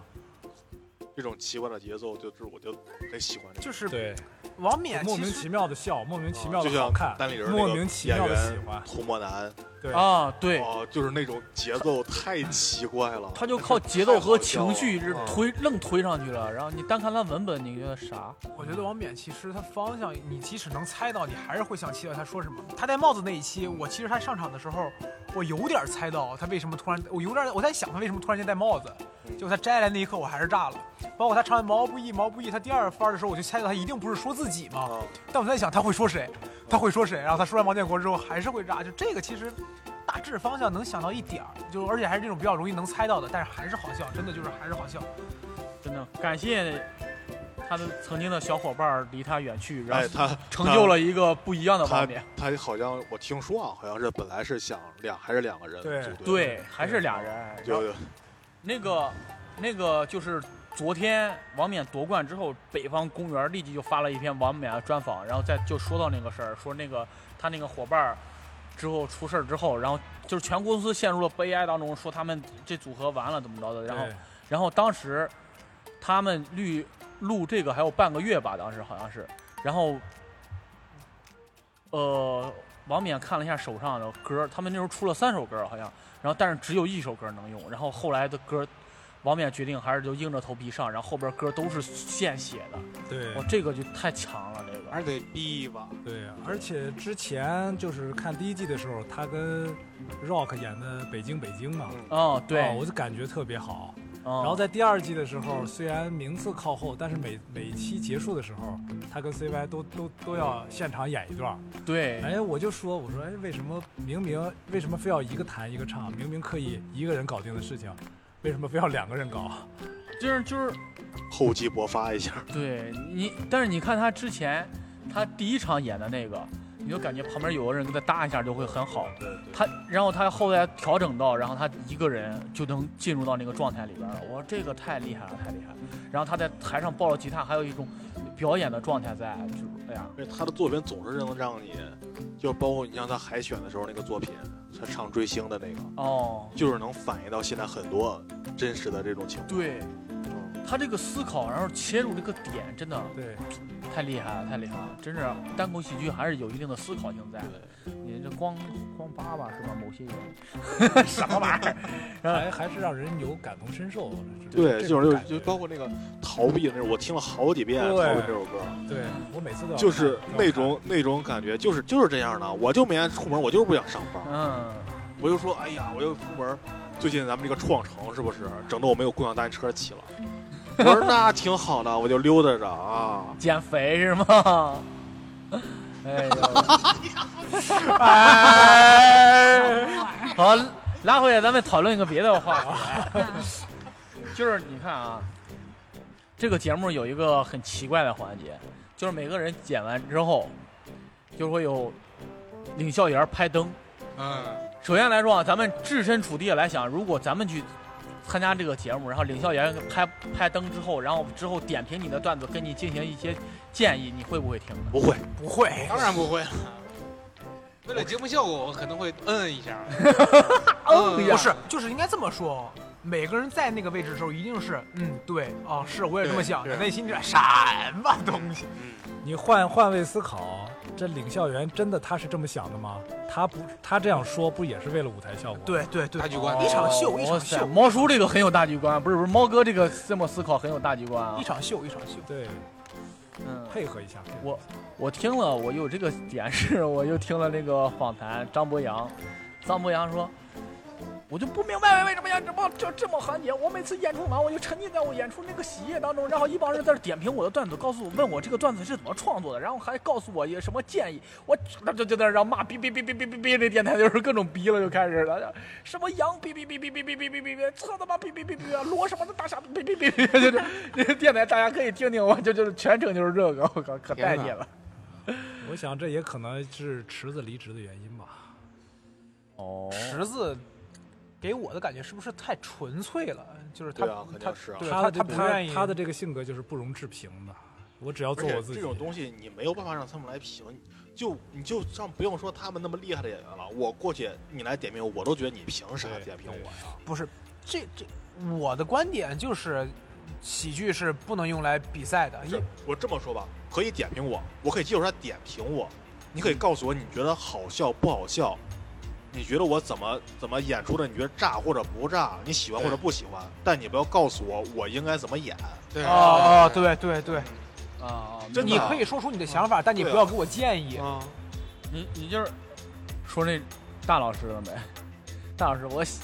Speaker 3: 这种奇怪的节奏，就是我就很喜欢这种。
Speaker 6: 就是
Speaker 5: 对，
Speaker 6: 王
Speaker 3: 哎
Speaker 6: 冕
Speaker 5: 莫
Speaker 6: 其
Speaker 5: 名
Speaker 6: 实
Speaker 5: 其妙的笑，莫名其妙的
Speaker 3: 哦就像
Speaker 5: 好看
Speaker 3: 丹立人，那
Speaker 5: 莫
Speaker 3: 个
Speaker 5: 名其
Speaker 3: 演
Speaker 5: 妙的
Speaker 3: 员
Speaker 5: 喜欢，
Speaker 3: 红魔男，
Speaker 5: 对
Speaker 1: 啊，对，
Speaker 3: 哦，就是那种节奏太奇怪了，
Speaker 1: 他就靠节奏和情绪
Speaker 3: 太
Speaker 1: 是
Speaker 3: 好笑了
Speaker 1: 推愣推上去了，然后你单看他文本，你觉得啥？
Speaker 6: 我觉得王冕其实他方向，你即使能猜到，你还是会想期待他说什么。他戴帽子那一期，我其实他上场的时候，我有点猜到他为什么突然，我有点我在想他为什么突然间戴帽子。
Speaker 3: 嗯
Speaker 6: 结果他摘下来那一刻，我还是炸了。包括他唱毛不易毛不易，他第二番的时候，我就猜到他一定不是说自己嘛。
Speaker 1: 嗯
Speaker 3: 啊，
Speaker 6: 但我在想他会说谁，他会说谁，然后他说完王建国之后还是会炸，就这个其实大致方向能想到一点儿，就而且还是这种比较容易能猜到的，但是还是好笑，真的就是还是好笑。
Speaker 1: 真的感谢他的曾经的小伙伴儿离他远去，然
Speaker 3: 哎，
Speaker 1: 后
Speaker 3: 他
Speaker 1: 成就了一个不一样的
Speaker 3: 他
Speaker 1: 画面。
Speaker 3: 他好像我听说啊，好像是本来是想两还是两个人
Speaker 5: 对
Speaker 3: 组队，
Speaker 1: 对，还是俩人。然后
Speaker 3: 就
Speaker 1: 那个那个就是昨天王冕夺冠之后，北方公园立即就发了一篇王冕的专访，然后再就说到那个事儿，说那个他那个伙伴儿之后出事儿之后，然后就是全公司陷入了悲哀当中，说他们这组合完了怎么着的，然后
Speaker 5: 对
Speaker 1: 然后当时他们录录这个还有半个月吧，当时好像是，然后呃，王冕看了一下手上的歌，他们那时候出了三首歌好像，然后但是只有一首歌能用，然后后来的歌。王冕决定还是就硬着头皮上，然后后边歌都是现写的，
Speaker 5: 对
Speaker 1: 哇，这个就太强了，这个
Speaker 2: 还是得逼吧。
Speaker 5: 对，而且之前就是看第一季的时候，他跟 Rock 演的《北京北京》嘛，
Speaker 3: 嗯
Speaker 1: 哦，对，
Speaker 5: 啊我就感觉特别好。
Speaker 1: 嗯
Speaker 5: 然后在第二季的时候，虽然名次靠后，但是每每期结束的时候，他跟 CY 都都都要现场演一段儿。
Speaker 1: 对，
Speaker 5: 哎，我就说，我说，哎，为什么明明为什么非要一个弹一个唱？明明可以一个人搞定的事情，为什么非要两个人搞？
Speaker 1: 就是就是
Speaker 3: 厚积薄发一下，
Speaker 1: 对你，但是你看他之前，他第一场演的那个，你就感觉旁边有个人给他搭一下就会很好。
Speaker 3: [laughs] 对
Speaker 1: 他，然后他后来调整到，然后他一个人就能进入到那个状态里边了。我说这个太厉害了，太厉害了。然后他在台上抱着吉他，还有一种表演的状态在，就是哎呀，
Speaker 3: 因为他的作品总是能让你，就包括你像他海选的时候那个作品，他唱追星的那个，
Speaker 1: 哦，
Speaker 3: 就是能反映到现在很多真实的这种情况。
Speaker 1: 对
Speaker 3: 嗯
Speaker 1: 他这个思考，然后切入这个点，真的
Speaker 5: 对，
Speaker 1: 太厉害了，太厉害了，真是单口喜剧还是有一定的思考性在。
Speaker 3: 对，
Speaker 1: 你这光光扒吧是吧？某些人 [laughs] 什么玩意儿？
Speaker 5: 还哎还是让人有感同身受。啊
Speaker 3: 对，就是就
Speaker 5: 这种
Speaker 2: 嗯
Speaker 5: 感觉
Speaker 3: 就包括那个逃避的那种，我听了好几遍逃
Speaker 5: 对
Speaker 3: 避这首歌，
Speaker 5: 对我每次都要
Speaker 3: 就是
Speaker 5: 看
Speaker 3: 那种那种感觉，就是就是这样的。我就没爱出门，我就是不想上班，
Speaker 1: 嗯，
Speaker 3: 我就说，哎呀，我又出门。最近咱们这个创城是不是整得我没有共享单车骑了？我说那挺好的，我就溜达着啊。
Speaker 1: 减肥是吗？ [laughs] 哎呦， [laughs] 哎，好，拉回来，咱们讨论一个别的话 [laughs] 题，就是你看啊，这个节目有一个很奇怪的环节，就是每个人剪完之后，就会有领笑员拍灯。
Speaker 2: 嗯，
Speaker 1: 首先来说啊，咱们置身处地来想，如果咱们去参加这个节目，然后领笑员拍拍灯之后，然后之后点评你的段子，跟你进行一些建议，你会不会听呢？
Speaker 3: 不会，[laughs]
Speaker 6: 不会，
Speaker 2: 当然不会了。 [laughs] 为了节目效果，我可能会摁一下。嗯
Speaker 6: 不是，就是应该这么说。哦每个人在那个位置的时候，一定是，嗯，对，啊，是，我也这么想的。
Speaker 2: 对对
Speaker 6: 内心里什么东西？
Speaker 5: 你换换位思考，这领笑员真的他是这么想的吗？他不，他这样说不也是为了舞台效果？，
Speaker 6: 对对对
Speaker 2: 大，局观
Speaker 6: 一场秀，一
Speaker 1: 哇
Speaker 6: 场
Speaker 1: 塞
Speaker 6: 秀，
Speaker 1: 猫啊叔这个很有大局观，不是不是，猫哥这个这么思考很有大局观啊
Speaker 6: 一。场秀，一场秀。
Speaker 5: 对，
Speaker 1: 嗯，
Speaker 5: 配合一下。配合一下
Speaker 1: 我我听了，我有这个点是，我又听了那个访谈张博洋，张博洋说，我就不明白为什么要这么这这么环节，我每次演出完我就沉浸在我演出那个喜悦当中，然后一帮人在这点评我的段子，告诉我问我这个段子是怎么创作的，然后还告诉我有什么建议，我那就就在那让骂哔哔哔哔哔哔哔，那电台就是各种逼了就开始了，什么羊哔哔哔哔哔哔哔哔哔，操他妈哔哔哔哔，罗什么的大傻哔哔哔哔，就是这个电台大家可以听听，我就就是全程就是这个，我靠，可带劲了。
Speaker 5: 我想这也可能是池子离职的原因吧。
Speaker 1: 哦
Speaker 6: 池子给我的感觉是不是太纯粹了？就是他
Speaker 3: 对啊，肯
Speaker 6: 他
Speaker 3: 定是啊。
Speaker 6: 对
Speaker 5: 他
Speaker 6: 他
Speaker 5: 的这
Speaker 6: 不
Speaker 5: 他
Speaker 6: 愿意
Speaker 5: 他的这个性格就是不容置评的。我只要
Speaker 3: 而
Speaker 5: 做
Speaker 3: 且
Speaker 5: 我自己。
Speaker 3: 这种东西你没有办法让他们来评，就你就像不用说他们那么厉害的演员了，我过去你来点评，我都觉得你凭啥
Speaker 5: 对
Speaker 3: 点评我呀？
Speaker 6: 不是这这，我的观点就是，
Speaker 5: 喜剧是不能用来比赛的。一
Speaker 3: 是哎我这么说吧，可以点评我，我可以接受他点评我，你可以告诉我你觉得好笑不好笑，你觉得我怎么怎么演出的，你觉得炸或者不炸，你喜欢或者不喜欢，但你不要告诉我我应该怎么演。
Speaker 2: 对
Speaker 5: 哦哦，对对对，
Speaker 1: 啊啊，
Speaker 3: 真的
Speaker 5: 你
Speaker 1: 你
Speaker 3: 啊
Speaker 5: 可以说出你的想法，但你不
Speaker 3: 对啊
Speaker 5: 要给我建议。
Speaker 2: 啊，
Speaker 1: 你你就是说那大老师了没？大老师，我喜，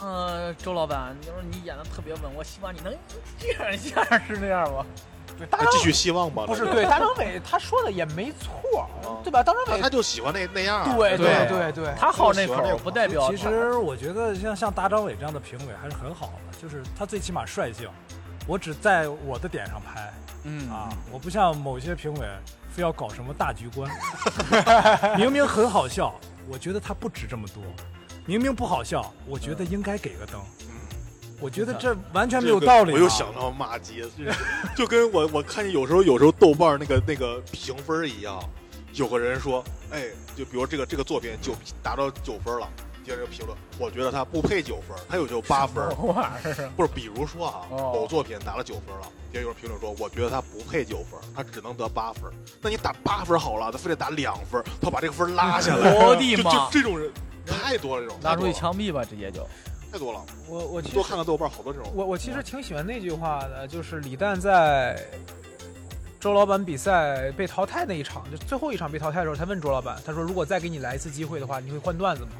Speaker 1: 呃，周老板，你说你演的特别稳，我希望你能这样一下，是那样吗？
Speaker 5: 对，大
Speaker 3: 那
Speaker 5: 张
Speaker 3: 继续希望吧。
Speaker 5: 不是
Speaker 3: 那
Speaker 5: 对大张伟他说的也没错
Speaker 3: 啊，
Speaker 5: 对吧？大张
Speaker 3: 他
Speaker 5: 伟
Speaker 3: 他就喜欢那那样儿。
Speaker 5: 对
Speaker 1: 对
Speaker 3: 啊
Speaker 5: 对对，
Speaker 1: 他好那口
Speaker 3: 我喜欢那
Speaker 1: 儿，
Speaker 3: 口
Speaker 1: 不代表
Speaker 6: 其实我觉得像像大张伟这样的评委还是很好的，就是他最起码率性，我只在我的点上拍
Speaker 2: 嗯
Speaker 6: 啊，我不像某些评委非要搞什么大局
Speaker 3: [laughs]
Speaker 6: 观，明明很好笑，我觉得他不值这么多，明明不好笑，我觉得应该给个灯，我觉得这完全没有道理、啊。
Speaker 3: 嗯我又想到骂街，就跟我我看见有时候有时候豆瓣儿那个那个评分儿一样，有个人说，哎，就比如这个这个作品九达到九分了，底下这个评论，我觉得他不配九分，他有就八分，
Speaker 1: 什么玩意儿啊
Speaker 3: 不是，比如说啊，
Speaker 1: 哦
Speaker 3: 某作品拿了九分了，也有人评论说，我觉得他不配九分，他只能得八分。那你打八分好了，他非得打两分，他把这个分拉下
Speaker 1: [laughs]
Speaker 3: 来，
Speaker 1: 我的
Speaker 3: 就就
Speaker 1: 妈！
Speaker 3: 这种人太多了，这种
Speaker 1: 拿出去
Speaker 3: 太多了
Speaker 1: 枪毙吧，直接就。
Speaker 3: 太多了。
Speaker 5: 我我
Speaker 3: 你
Speaker 5: 其
Speaker 3: 多
Speaker 5: 实
Speaker 3: 看看豆瓣，好多这种。
Speaker 5: 我我其实挺喜欢那句话的，就是李诞在周老板比赛被淘汰那一场，就最后一场被淘汰的时候，他问周老板，他说如果再给你来一次机会的话，你会换段子吗？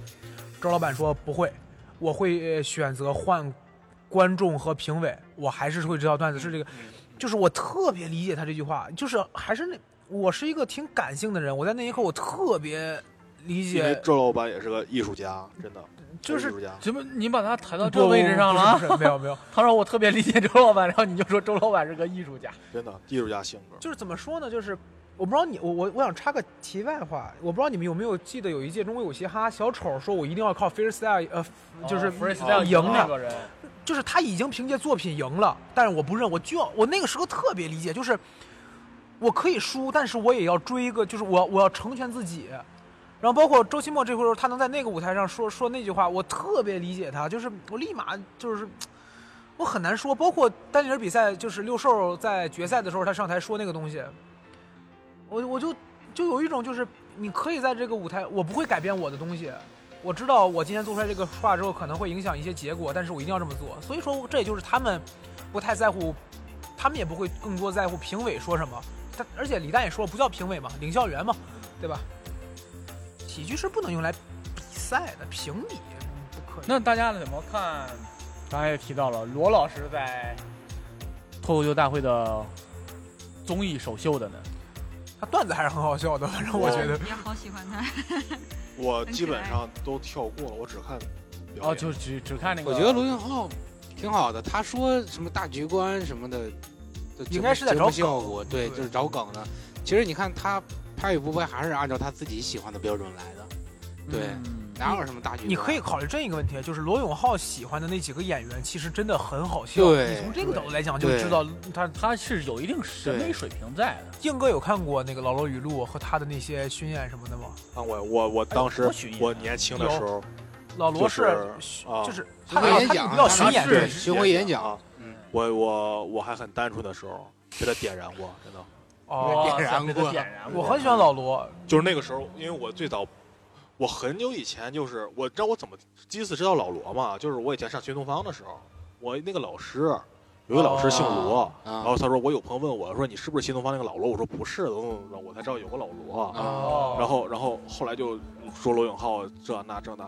Speaker 5: 周老板说不会，我会呃选择换观众和评委，我还是会这套段子是这个，就是我特别理解他这句话，就是还是那我是一个挺感性的人，我在那一刻我特别理
Speaker 3: 因为
Speaker 5: 解，
Speaker 3: 周老板也是个艺术家，真的，
Speaker 5: 就
Speaker 3: 他
Speaker 5: 是
Speaker 3: 艺术家。
Speaker 1: 怎么你把他抬到这
Speaker 5: 不
Speaker 1: 位置上了 [laughs]
Speaker 5: 不
Speaker 1: 啊？
Speaker 5: 是不是没有没有。
Speaker 1: 他说我特别理解周老板，然后你就说周老板是个艺术家。
Speaker 3: 真的艺术家性格。
Speaker 5: 就是怎么说呢？就是我不知道你，我我我想插个题外话，我不知道你们有没有记得有一届中国有嘻哈，小丑说我一定要靠 freestyle，呃，就是
Speaker 1: 哦 freestyle
Speaker 5: 赢
Speaker 1: 的那
Speaker 5: 了，
Speaker 1: 个人，
Speaker 5: 就是他已经凭借作品赢了，但是我不认，我就要我那个时候特别理解，就是我可以输，但是我也要追一个，就是我我要成全自己。然后包括周奇墨这回时候，他能在那个舞台上说说那句话，我特别理解他，就是我立马就是我很难说。包括单立人比赛，就是六兽在决赛的时候，他上台说那个东西，我我就就有一种就是你可以在这个舞台，我不会改变我的东西，我知道我今天做出来这个话之后可能会影响一些结果，但是我一定要这么做。所以说，这也就是他们不太在乎，他们也不会更多在乎评委说什么。他而且李诞也说了，不叫评委嘛，领笑员嘛，对吧？喜剧是不能用来比赛的，评比不可以。
Speaker 1: 那大家怎么看？刚才也提到了罗老师在脱口秀大会的综艺首秀的呢，
Speaker 5: 他段子还是很好笑的，反正我觉得。
Speaker 4: [laughs] 也好喜欢他。
Speaker 3: 我基本上都跳过了，我只看表演。
Speaker 1: 哦，就只只看那个。
Speaker 2: 我觉得罗永浩挺好的，他说什么大局观什么的，就
Speaker 5: 应该是在
Speaker 2: 节目
Speaker 5: 找梗
Speaker 2: 效果，对，
Speaker 5: 对
Speaker 2: 就是找梗的。其实你看他拍与不拍，还是按照他自己喜欢的标准来的，对，
Speaker 1: 嗯
Speaker 2: 哪有什么大局观？啊
Speaker 5: 你可以考虑这一个问题，就是罗永浩喜欢的那几个演员，其实真的很好笑。
Speaker 2: 对
Speaker 5: 你从这个角度来讲，就
Speaker 2: 对
Speaker 5: 知道他
Speaker 1: 他是有一定审美水平在的。
Speaker 5: 硬哥有看过那个《老罗语录》和他的那些巡演什么的吗？
Speaker 3: 看我我我当时
Speaker 1: 多巡演啊
Speaker 3: 我年轻的时候
Speaker 5: 老罗
Speaker 3: 就是
Speaker 5: 是
Speaker 3: 啊
Speaker 5: 就是
Speaker 2: 巡
Speaker 5: 他
Speaker 2: 回演
Speaker 5: 他
Speaker 2: 讲，啊
Speaker 5: 要
Speaker 2: 他
Speaker 5: 巡演
Speaker 1: 是
Speaker 2: 对
Speaker 5: 对
Speaker 2: 巡回演讲
Speaker 3: 啊，，
Speaker 2: 嗯，
Speaker 3: 我我我还很单纯的时候被他点燃过，真的
Speaker 5: 哦，
Speaker 1: 哇
Speaker 2: 点燃
Speaker 1: 塞被他
Speaker 2: 过
Speaker 1: 点燃
Speaker 5: 我
Speaker 1: 过。
Speaker 5: 很喜欢老罗，
Speaker 3: 就是那个时候，因为我最早。我很久以前就是我知道我怎么第一次知道老罗嘛，就是我以前上新东方的时候，我那个老师有一个老师姓罗，然
Speaker 2: 啊
Speaker 3: 后他说我有朋友问我说你是不是新东方那个老罗？我说不是，怎么怎么着，我才知道有个老罗。啊
Speaker 1: 哦
Speaker 3: 然后然后后来就说罗永浩这那这那，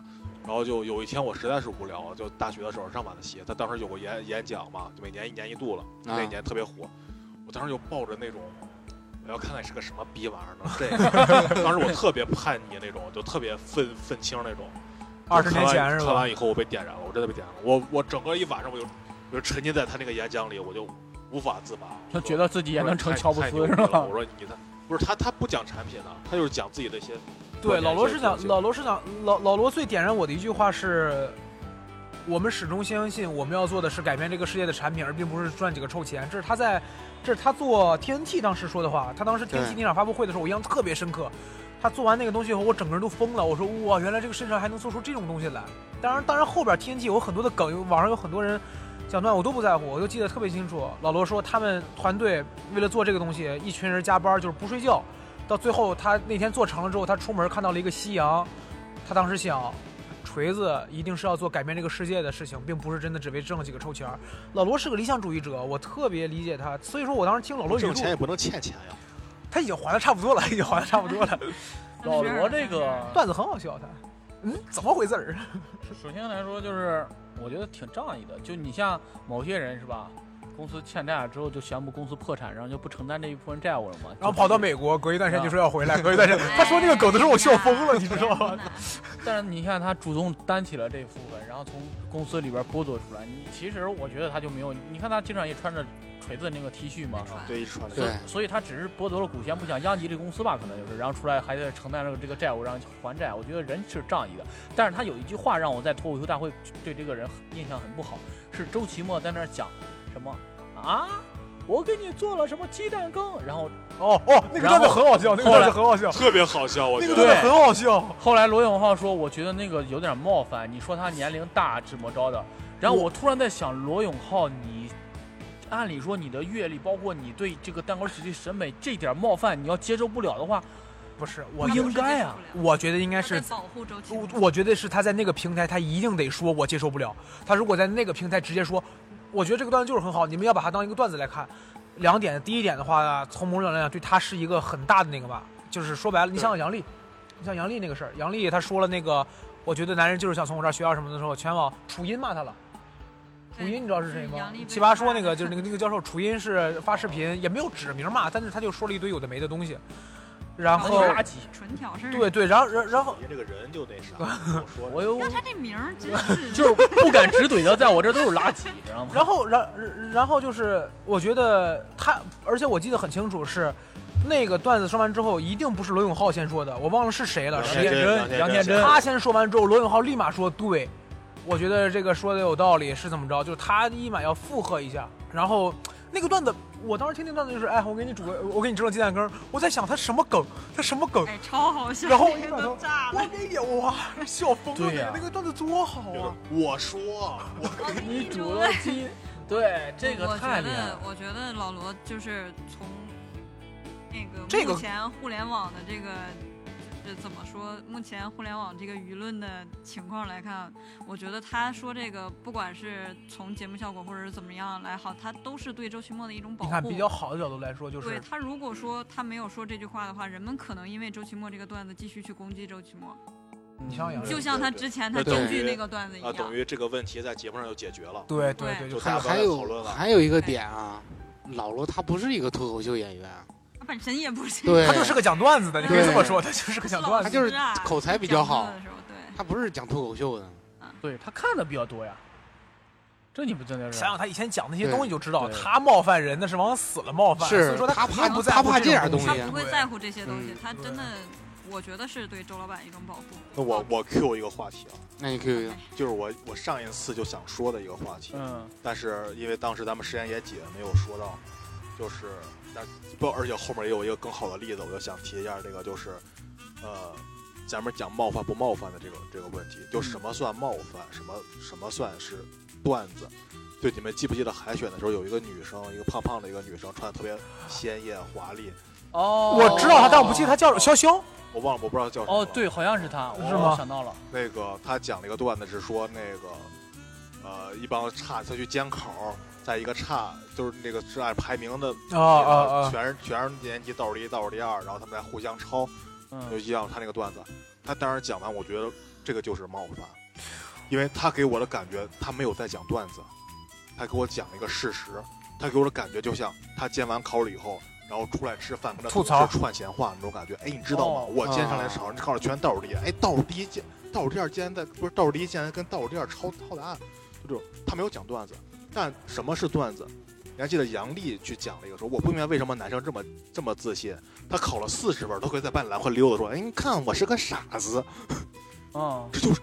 Speaker 3: 然后就有一天我实在是无聊，就大学的时候上晚自习，他当时有个演演讲嘛，就每年一年一度了，那一年特别火，我当时就抱着那种。我要看看是个什么逼玩意儿呢？这个， [laughs] 当时我特别叛逆那种，就特别愤愤青那种。
Speaker 5: 二十年
Speaker 3: 看
Speaker 5: 前
Speaker 3: 完
Speaker 5: 是
Speaker 3: 看
Speaker 5: 吧
Speaker 3: 完？以后我被点燃了，我真的被点燃了。我我整个一晚上我就我就沉浸在他那个演讲里，我就无法自拔。
Speaker 1: 他觉得自己也能成
Speaker 3: 太
Speaker 1: 乔布
Speaker 3: 太
Speaker 1: 斯
Speaker 3: 牛逼
Speaker 1: 是
Speaker 3: 了
Speaker 1: 吧
Speaker 3: 我？说你他不是他他不讲产品的，他就是讲自己的一些
Speaker 5: 对，老罗是
Speaker 3: 关
Speaker 5: 讲
Speaker 3: 键
Speaker 5: 老罗是讲老老罗最点燃我的一句话是，我们始终相信我们要做的是改变这个世界的产品，而并不是赚几个臭钱。这是他在，这是他做 TNT 当时说的话。他当时 TNT
Speaker 2: 对
Speaker 5: 那场发布会的时候，我印象特别深刻。
Speaker 6: 他做完那个东西以后，我整个人都疯了。我说哇，原来这个身上还能做出这种东西来。当然，当然后边 TNT 有很多的梗，有网上有很多人讲段，我都不在乎，我就记得特别清楚。老罗说他们团队为了做这个东西，一群人加班就是不睡觉，到最后他那天做成了之后，他出门看到了一个夕阳，他当时想。锤子一定是要做改变这个世界的事情，并不是真的只为挣了几个臭钱儿。老罗是个理想主义者，我特别理解他，所以说我当时听老罗语
Speaker 3: 挣
Speaker 6: 录，
Speaker 3: 钱也不能欠钱呀。
Speaker 6: 他已经还的差不多了，已经还的差不多了。
Speaker 1: 老罗这个
Speaker 4: [laughs]
Speaker 6: 段子很好笑，他，嗯，怎么回事儿？
Speaker 1: 首先来说，就是我觉得挺仗义的。就你像某些人是吧，公司欠债了之后就宣布公司破产，然后就不承担这一部分债务了嘛。
Speaker 6: 然后跑到
Speaker 1: 就是，
Speaker 6: 美国，隔一段时间就说要回来，隔一段时
Speaker 1: 哎
Speaker 6: 间，他说那个狗的时候，我笑疯了，你知道
Speaker 1: [laughs]
Speaker 6: 吗？？
Speaker 1: 但是你看他主动担起了这部分，然后从公司里边剥夺出来。你其实我觉得他就没有，你看他经常也穿着锤子那个 T 恤嘛，是吧
Speaker 3: 对，一穿
Speaker 2: 对
Speaker 1: 所以他只是剥夺了股权，不想殃及这公司吧，可能就是，然后出来还得承担了这个债务，然后去还债。我觉得人是仗义的，但是他有一句话让我在脱口秀大会对这个人很印象很不好，是周奇墨在那儿讲什么啊？我给你做了什么鸡蛋羹？然后
Speaker 6: 哦哦，那个段子很好笑，那个段子很好笑，
Speaker 3: 特别好笑，我
Speaker 6: 那
Speaker 3: 觉
Speaker 6: 个
Speaker 3: 得
Speaker 6: 段子很好笑。
Speaker 1: 后来罗永浩说，我觉得那个有点冒犯，你说他年龄大怎么着的？然后我突然在想，罗永浩，你按理说你的阅历，包括你对这个蛋糕体的审美，这点冒犯你要接受不了的话，
Speaker 6: 不是，我
Speaker 1: 不应该啊
Speaker 4: 啊，
Speaker 6: 我觉得应该
Speaker 4: 他
Speaker 6: 是
Speaker 4: 在。保护周琦。
Speaker 6: 我我觉得是他在那个平台，他一定得说，我接受不了。他如果在那个平台直接说，我觉得这个段子就是很好，你们要把它当一个段子来看。两点，第一点的话，从某种角度来讲，对他是一个很大的那个吧，就是说白了，你像杨笠，你像杨笠那个事儿，杨笠他说了那个，我觉得男人就是想从我这儿学到什么的时候，全网楚音骂他了。楚音你知道是谁吗？奇葩说那个就是那个那个教授，楚音是发视频，也没有指名骂，但是他就说了一堆有的没的东西，
Speaker 1: 那
Speaker 6: 然后
Speaker 1: 就垃圾。
Speaker 4: 纯挑事儿。
Speaker 6: 对，对，然后然然
Speaker 3: [laughs]
Speaker 6: 后
Speaker 3: 你这个人就那啥，我说
Speaker 1: 我有
Speaker 4: 要他这名儿真
Speaker 6: [laughs]
Speaker 4: 是
Speaker 1: 就是不敢直怼的，在我这都是垃圾，你知道吗？
Speaker 6: 然后，然然后就是，我觉得他，而且我记得很清楚是，那个段子说完之后，一定不是罗永浩先说的，我忘了是谁了，
Speaker 3: 杨
Speaker 1: 天
Speaker 6: 谁
Speaker 1: 真杨天真
Speaker 6: 他先说完之后，罗永浩立马说对，我觉得这个说的有道理，是怎么着？就是他立马要附和一下，然后那个段子，我当时听那段子就是，哎，我给你煮个，我给你蒸了鸡蛋羹，我在想他什么梗，他什么梗，
Speaker 4: 哎，超好笑，
Speaker 6: 然后
Speaker 4: 那个都炸
Speaker 6: [laughs] 我
Speaker 4: 了。
Speaker 6: 给你哇笑疯了，
Speaker 1: 对呀
Speaker 6: 那个段子多好啊！
Speaker 3: 我 [laughs] 说我
Speaker 1: 你
Speaker 4: 哎
Speaker 1: 煮了鸡，对这个
Speaker 4: 我
Speaker 1: 太
Speaker 4: 觉
Speaker 1: 厉害
Speaker 4: 得
Speaker 1: 了，，
Speaker 4: 我觉得老罗就是从那
Speaker 6: 这
Speaker 4: 个
Speaker 6: 个
Speaker 4: 目前互联网的这个。这怎么说？目前互联网这个舆论的情况来看，我觉得他说这个，不管是从节目效果或者是怎么样来好，他都是对周奇墨的一种保护。
Speaker 6: 你看，比较好的角度来说，就是
Speaker 4: 对他如果说他没有说这句话的话，人们可能因为周奇墨这个段子继续去攻击周奇墨，
Speaker 1: 你
Speaker 6: 你像
Speaker 2: 嗯
Speaker 6: 杨笠
Speaker 4: 就像他之前他
Speaker 3: 对
Speaker 4: 根
Speaker 3: 对
Speaker 4: 据那个段子一
Speaker 3: 啊，
Speaker 4: 样。
Speaker 3: 等于这个问题在节目上就解决了。
Speaker 6: 对
Speaker 4: 对
Speaker 6: 对，
Speaker 3: 就
Speaker 6: 就
Speaker 3: 大家
Speaker 6: 看
Speaker 3: 不
Speaker 2: [laughs]
Speaker 3: 要
Speaker 2: 还
Speaker 3: 再讨论
Speaker 2: 有
Speaker 3: 了
Speaker 2: 还有一个点啊，老罗他不是一个脱口秀演员，
Speaker 4: 他本身也不是，
Speaker 2: 对，
Speaker 4: [laughs]
Speaker 6: 他就是个讲段子的，你可以
Speaker 2: 对
Speaker 6: 这么说，他就是个讲段
Speaker 2: 他
Speaker 6: 子。
Speaker 2: 就是口才比较好
Speaker 4: 讲啊课的时候，对，
Speaker 2: 他不是讲脱口秀的，
Speaker 1: 对他看的比较多呀，这你不真的是
Speaker 6: 想想他以前讲那些东西就知道，
Speaker 1: 对
Speaker 6: 他冒犯人那是往死了冒犯，所
Speaker 2: 是
Speaker 6: 以说
Speaker 2: 他
Speaker 6: 肯
Speaker 2: 怕
Speaker 6: 定不在
Speaker 2: 他
Speaker 6: 乎
Speaker 2: 怕
Speaker 6: 这
Speaker 2: 这
Speaker 6: 种
Speaker 2: 样东西
Speaker 4: 他
Speaker 2: 对
Speaker 4: 不会在乎这些东西
Speaker 2: 嗯，
Speaker 4: 他真的，我觉得是对周老板一种保护。
Speaker 3: 那我我 Q 一个话题啊，
Speaker 2: 那你 Q Q
Speaker 3: 就是我我上一次就想说的一个话题，
Speaker 1: 嗯，
Speaker 3: 但是因为当时咱们时间也紧，没有说到，就是但不，而且后面也有一个更好的例子，我就想提一下这个，就是呃，咱们讲冒犯不冒犯的这个这个问题，就什么算冒犯，什么什么算是段子。就你们记不记得海选的时候，有一个女生，一个胖胖的一个女生，穿的特别鲜艳华丽，
Speaker 1: 哦，
Speaker 6: 我知道他，但我不记得他叫潇潇，
Speaker 3: 我忘了，我不知道叫什么。
Speaker 1: 哦，，对，好像是他，我
Speaker 6: 是吗
Speaker 1: 想到了，
Speaker 3: 那个他讲了一个段子，是说那个，呃，一帮岔他去监考，在一个岔，就是那个是按排名的
Speaker 6: 啊啊啊！
Speaker 3: 全是全是年级倒数第一、倒数第二，然后他们在互相抄，就
Speaker 1: 嗯，
Speaker 3: 像他那个段子，他当时讲完，我觉得这个就是冒犯，因为他给我的感觉，他没有在讲段子，他给我讲了一个事实，他给我的感觉就像他监完考了以后，然后出来吃饭，跟他
Speaker 6: 吐槽
Speaker 3: 同事串闲话那种感觉。哎，你知道吗？
Speaker 1: 哦
Speaker 3: 我监上来
Speaker 6: 啊
Speaker 3: 考，你考了全倒数第一，哎，倒数第一监，倒数第二竟然在不是倒数第一竟然跟倒数第二抄抄答案，就这种，他没有讲段子，但什么是段子？你还记得杨笠去讲了一个说，我不明白为什么男生这么这么自信，他考了四十分都可以在班里来回溜达说，哎，你看我是个傻子，
Speaker 1: 嗯，
Speaker 3: 这就是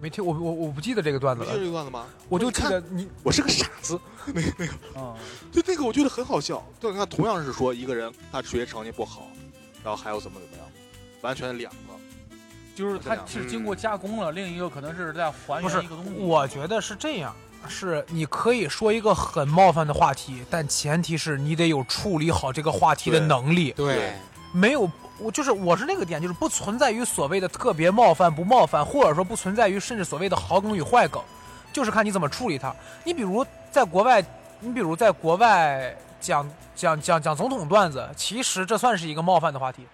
Speaker 6: 没听我我我不记得这个段子
Speaker 3: 不就是这
Speaker 6: 了，
Speaker 3: 个段子吗？
Speaker 6: 我就记得你
Speaker 3: 我是个傻子，
Speaker 1: 嗯，
Speaker 3: 就那个我觉得很好笑。对，你看，同样是说一个人他学习成绩不好，然后还有怎么怎么样，完全两个。
Speaker 1: 就是它
Speaker 3: 这样
Speaker 1: 是经过加工了，另一个可能嗯是在还
Speaker 6: 不
Speaker 1: 原
Speaker 6: 是
Speaker 1: 一个东西。
Speaker 6: 我觉得是这样，是你可以说一个很冒犯的话题，但前提是你得有处理好这个话题的
Speaker 3: 对
Speaker 6: 能力。
Speaker 2: 对
Speaker 3: 对，
Speaker 6: 没有，我就是我是那个点，就是不存在于所谓的特别冒犯不冒犯，或者说不存在于甚至所谓的好梗与坏梗，就是看你怎么处理它。你比如在国外，你比如在国外讲讲讲讲总统段子，其实这算是一个冒犯的话题，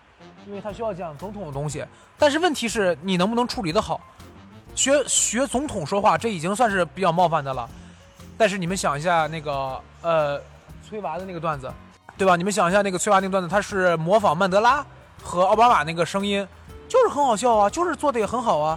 Speaker 6: 因为他需要讲总统的东西。但是问题是你能不能处理得好？学学总统说话，这已经算是比较冒犯的了。但是你们想一下那个呃崔娃的那个段子，对吧？你们想一下那个崔娃那个段子，他是模仿曼德拉和奥巴马那个声音，就是很好笑啊，就是做的也很好啊。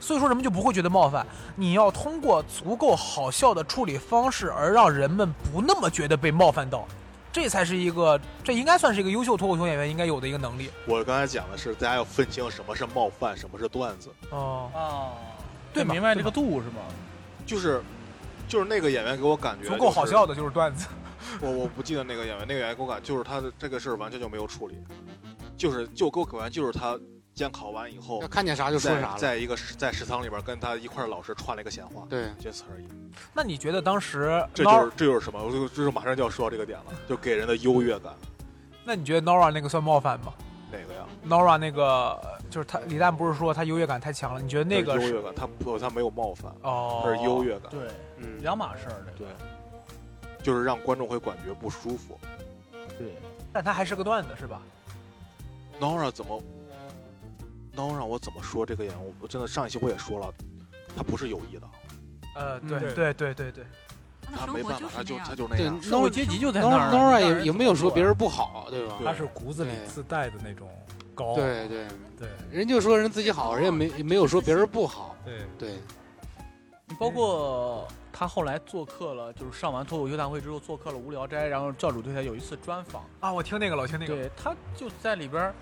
Speaker 6: 所以说人们就不会觉得冒犯。你要通过足够好笑的处理方式，而让人们不那么觉得被冒犯到，这才是一个，这应该算是一个优秀脱口秀演员应该有的一个能力。
Speaker 3: 我刚才讲的是，大家要分清什么是冒犯，什么是段子。
Speaker 6: 哦，
Speaker 1: 啊，
Speaker 6: 对嘛
Speaker 1: 明白这
Speaker 6: 对
Speaker 1: 个度是吗？
Speaker 3: 就是，就是那个演员给我感觉、
Speaker 6: 足够好笑。的就是段子。
Speaker 3: 我我不记得那个演员，那个演员给我感就是他的这个事儿完全就没有处理，就是就给我感觉就是他监考完以后
Speaker 2: 要，看见啥就说
Speaker 3: 在
Speaker 2: 啥了。
Speaker 3: 在一个食在食堂里边跟他一块儿老师串了一个闲话，
Speaker 2: 对，
Speaker 3: 仅此而已。
Speaker 6: 那你觉得当时
Speaker 3: 这
Speaker 6: Nora-
Speaker 3: 就是这就是什么？我就就是马上就要说到这个点了，就给人的优越感。
Speaker 6: 那你觉得 Nora 那个算冒犯吗
Speaker 3: 哪个呀？
Speaker 6: ？Nora 那个就是他李诞不是说他优越感太强了？你觉得那个
Speaker 3: 就是是优越感，他不他没有冒犯，
Speaker 6: 哦，
Speaker 3: 而是优越感，
Speaker 1: 对，
Speaker 2: 嗯，
Speaker 1: 两码事儿。这个
Speaker 3: 就是让观众会感觉不舒服。
Speaker 1: 对，
Speaker 6: 但他还是个段子是吧？
Speaker 3: Nora 怎么？Nora 我怎么说这个演员？我真的上一期我也说了，他不是有意的，
Speaker 6: 呃，
Speaker 5: 嗯
Speaker 6: 对
Speaker 5: 对
Speaker 6: 对对对对，
Speaker 4: 他
Speaker 3: 他
Speaker 4: 的
Speaker 3: 没
Speaker 4: 生活
Speaker 3: 办法
Speaker 4: 就，是那样
Speaker 3: 他就他。就那
Speaker 2: 对
Speaker 3: 样。
Speaker 1: 社会阶级就在那儿。
Speaker 2: ，Nora
Speaker 1: 你让人
Speaker 2: 也也没有说别
Speaker 1: 怎
Speaker 2: 人不好，对吧？
Speaker 3: 对
Speaker 5: 他是骨子里自带的那种
Speaker 3: 哦
Speaker 5: 高，
Speaker 2: 对对，
Speaker 5: 对
Speaker 2: 人就说人自己好，人也没也没有说别人不好。
Speaker 5: 对，
Speaker 2: 对，
Speaker 1: 么做，包括他后来做客了，就是上完脱口秀大会之后做客了无聊斋，然后教主对他有一次专访，
Speaker 6: 啊，我听那个了，我听那个，
Speaker 1: 对他就在里边儿。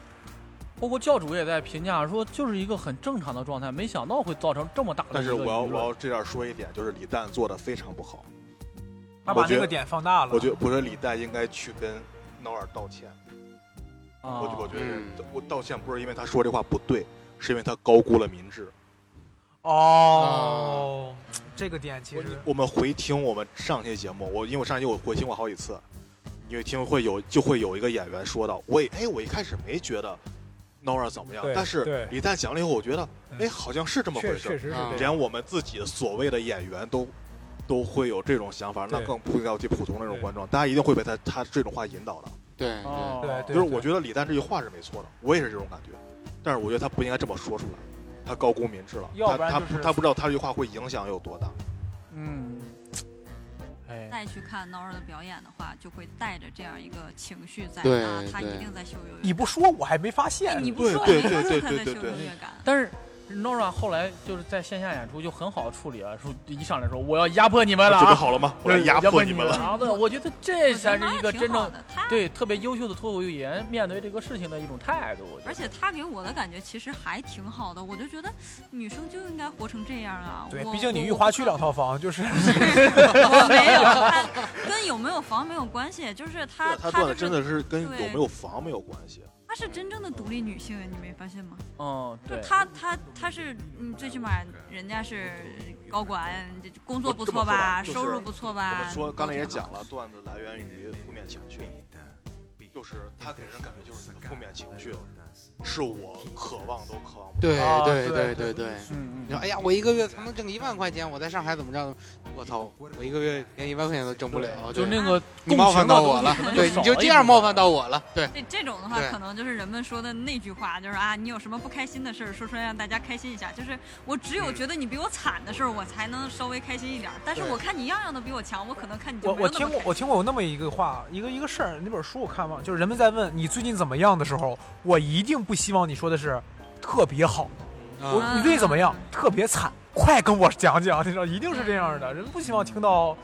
Speaker 1: 包括教主也在评价说，就是一个很正常的状态，没想到会造成这么大的。
Speaker 3: 但是我要我要这样说一点，就是李诞做的非常不好。
Speaker 6: 他
Speaker 3: 我
Speaker 6: 把
Speaker 3: 觉得
Speaker 6: 那个点放大了。
Speaker 3: 我觉得不是李诞应该去跟 Nora 道歉。
Speaker 1: 要啊，
Speaker 3: 我我觉得是
Speaker 2: 嗯
Speaker 3: 我道歉不是因为他说这话不对，是因为他高估了民智。
Speaker 6: 哦，
Speaker 3: 啊
Speaker 6: 这个点其实
Speaker 3: 我们回听我们上期节目，我因为我上期我回听过好几次，你会听会有就会有一个演员说到，我也哎我一开始没觉得 Nora 怎么样
Speaker 5: 对，
Speaker 3: 但是
Speaker 5: 对
Speaker 3: 李诞讲了以后，我觉得
Speaker 5: 嗯
Speaker 3: 哎好像是这么
Speaker 5: 确
Speaker 3: 回
Speaker 5: 确
Speaker 3: 事，
Speaker 5: 实是
Speaker 2: 啊
Speaker 5: 这样。
Speaker 3: 连我们自己的所谓的演员都。都会有这种想法，那
Speaker 5: 对
Speaker 3: 更不应该去普通那种
Speaker 5: 对
Speaker 3: 观众，大家一定会被他他这种话引导的。
Speaker 2: 对
Speaker 1: 哦，
Speaker 6: 对
Speaker 3: 就是我觉得李诞这句话是没错的，我也是这种感觉，但是我觉得他不应该这么说出来，他高估民智了，
Speaker 6: 要不然
Speaker 3: 他
Speaker 6: 就
Speaker 3: 他
Speaker 6: 是
Speaker 3: 不他不知道他这句话会影响有多大。
Speaker 1: 嗯，哎，
Speaker 4: 再去看 Nora 的表演的话，就会带着这样一个情绪在
Speaker 2: 对
Speaker 4: 啊，他一
Speaker 2: 对
Speaker 4: 定在秀优越
Speaker 6: 你
Speaker 4: 感。
Speaker 6: 不说我还没发现
Speaker 4: 哎你
Speaker 6: 呢。
Speaker 4: 不说，我没
Speaker 3: 对对
Speaker 4: 发现
Speaker 3: 对
Speaker 4: 他
Speaker 3: 对
Speaker 4: 在秀
Speaker 3: 对对
Speaker 4: 优越感。
Speaker 1: 但是 Nora 后来就是在线下演出就很好处理了，说一上来说我要压迫你们了、
Speaker 3: 准备
Speaker 1: 啊，
Speaker 3: 好了吗？我
Speaker 1: 对
Speaker 3: 来压迫你们了。
Speaker 1: 啊！对，我觉得这
Speaker 4: 我觉
Speaker 1: 才
Speaker 4: 得
Speaker 1: 是
Speaker 4: Nora
Speaker 1: 一个
Speaker 4: 挺
Speaker 1: 真
Speaker 4: 好
Speaker 1: 正
Speaker 4: 的他
Speaker 1: 对特别优秀的脱口秀演员面对这个事情的一种态度。我觉得
Speaker 4: 而且她给我的感觉其实还挺好的，我就觉得女生就应该活成这样啊。
Speaker 6: 对，
Speaker 4: 我
Speaker 6: 毕竟你御花区 [laughs] 两，套房，就是
Speaker 4: 我哦没有，她跟有没有房没有关系，就是她
Speaker 3: 对他
Speaker 4: 她
Speaker 3: 段
Speaker 4: 就
Speaker 3: 子真
Speaker 4: 是
Speaker 3: 的是啊跟
Speaker 4: 对
Speaker 3: 有没有房没有关系，
Speaker 4: 她是真正的独立女性，你没发现吗？
Speaker 1: 嗯，对，
Speaker 4: 她她她是，嗯，最起码人家是高管，这工作不错吧，
Speaker 3: 我这么说吧就是
Speaker 4: 收入不错
Speaker 3: 我
Speaker 4: 吧。
Speaker 3: 们说刚才也
Speaker 4: 都挺好
Speaker 3: 讲了，段子来源于负面情绪，就是他给人感觉就是负面情绪，是我渴望都渴望不
Speaker 2: 对
Speaker 6: 啊
Speaker 2: 对对
Speaker 6: 对
Speaker 2: 对对。
Speaker 1: 嗯
Speaker 2: 你
Speaker 1: 嗯，
Speaker 2: 说，哎呀，我一个月才能挣一万块钱，我在上海怎么着？我操，我一个月连一万块钱都挣
Speaker 3: 嗯
Speaker 2: 不了，
Speaker 1: 就
Speaker 2: 对
Speaker 1: 那个
Speaker 2: 你冒犯到
Speaker 1: 共
Speaker 2: 我
Speaker 1: 情的
Speaker 2: 了
Speaker 1: 东西可能，
Speaker 2: 对，
Speaker 1: 少
Speaker 2: 你就
Speaker 1: 了
Speaker 2: 这
Speaker 1: 一
Speaker 2: 样
Speaker 1: 部
Speaker 2: 冒
Speaker 1: 分
Speaker 2: 犯到我了，对，
Speaker 4: 这这种的话
Speaker 2: 对，
Speaker 4: 可能就是人们说的那句话，就是啊，你有什么不开心的事儿，说出来让大家开心一下。就是我只有
Speaker 2: 嗯
Speaker 4: 觉得你比我惨的时候，我才能稍微开心一点儿。但是
Speaker 2: 对
Speaker 4: 我看你样样都比我强，我可能看你就
Speaker 6: 我
Speaker 4: 没
Speaker 6: 我
Speaker 4: 有那
Speaker 6: 听
Speaker 4: 么
Speaker 6: 过
Speaker 4: 开
Speaker 6: 我
Speaker 4: 心。
Speaker 6: 听过有那么一个话，一个一个事儿，那本书我看忘了，就是人们在问你最近怎么样的时候，我一定不希望你说的是特别好，
Speaker 1: 嗯
Speaker 6: 我
Speaker 2: 啊
Speaker 6: 你最近怎么样？特别惨，快跟我讲讲，你知道，一定是这样的，人不希望听到，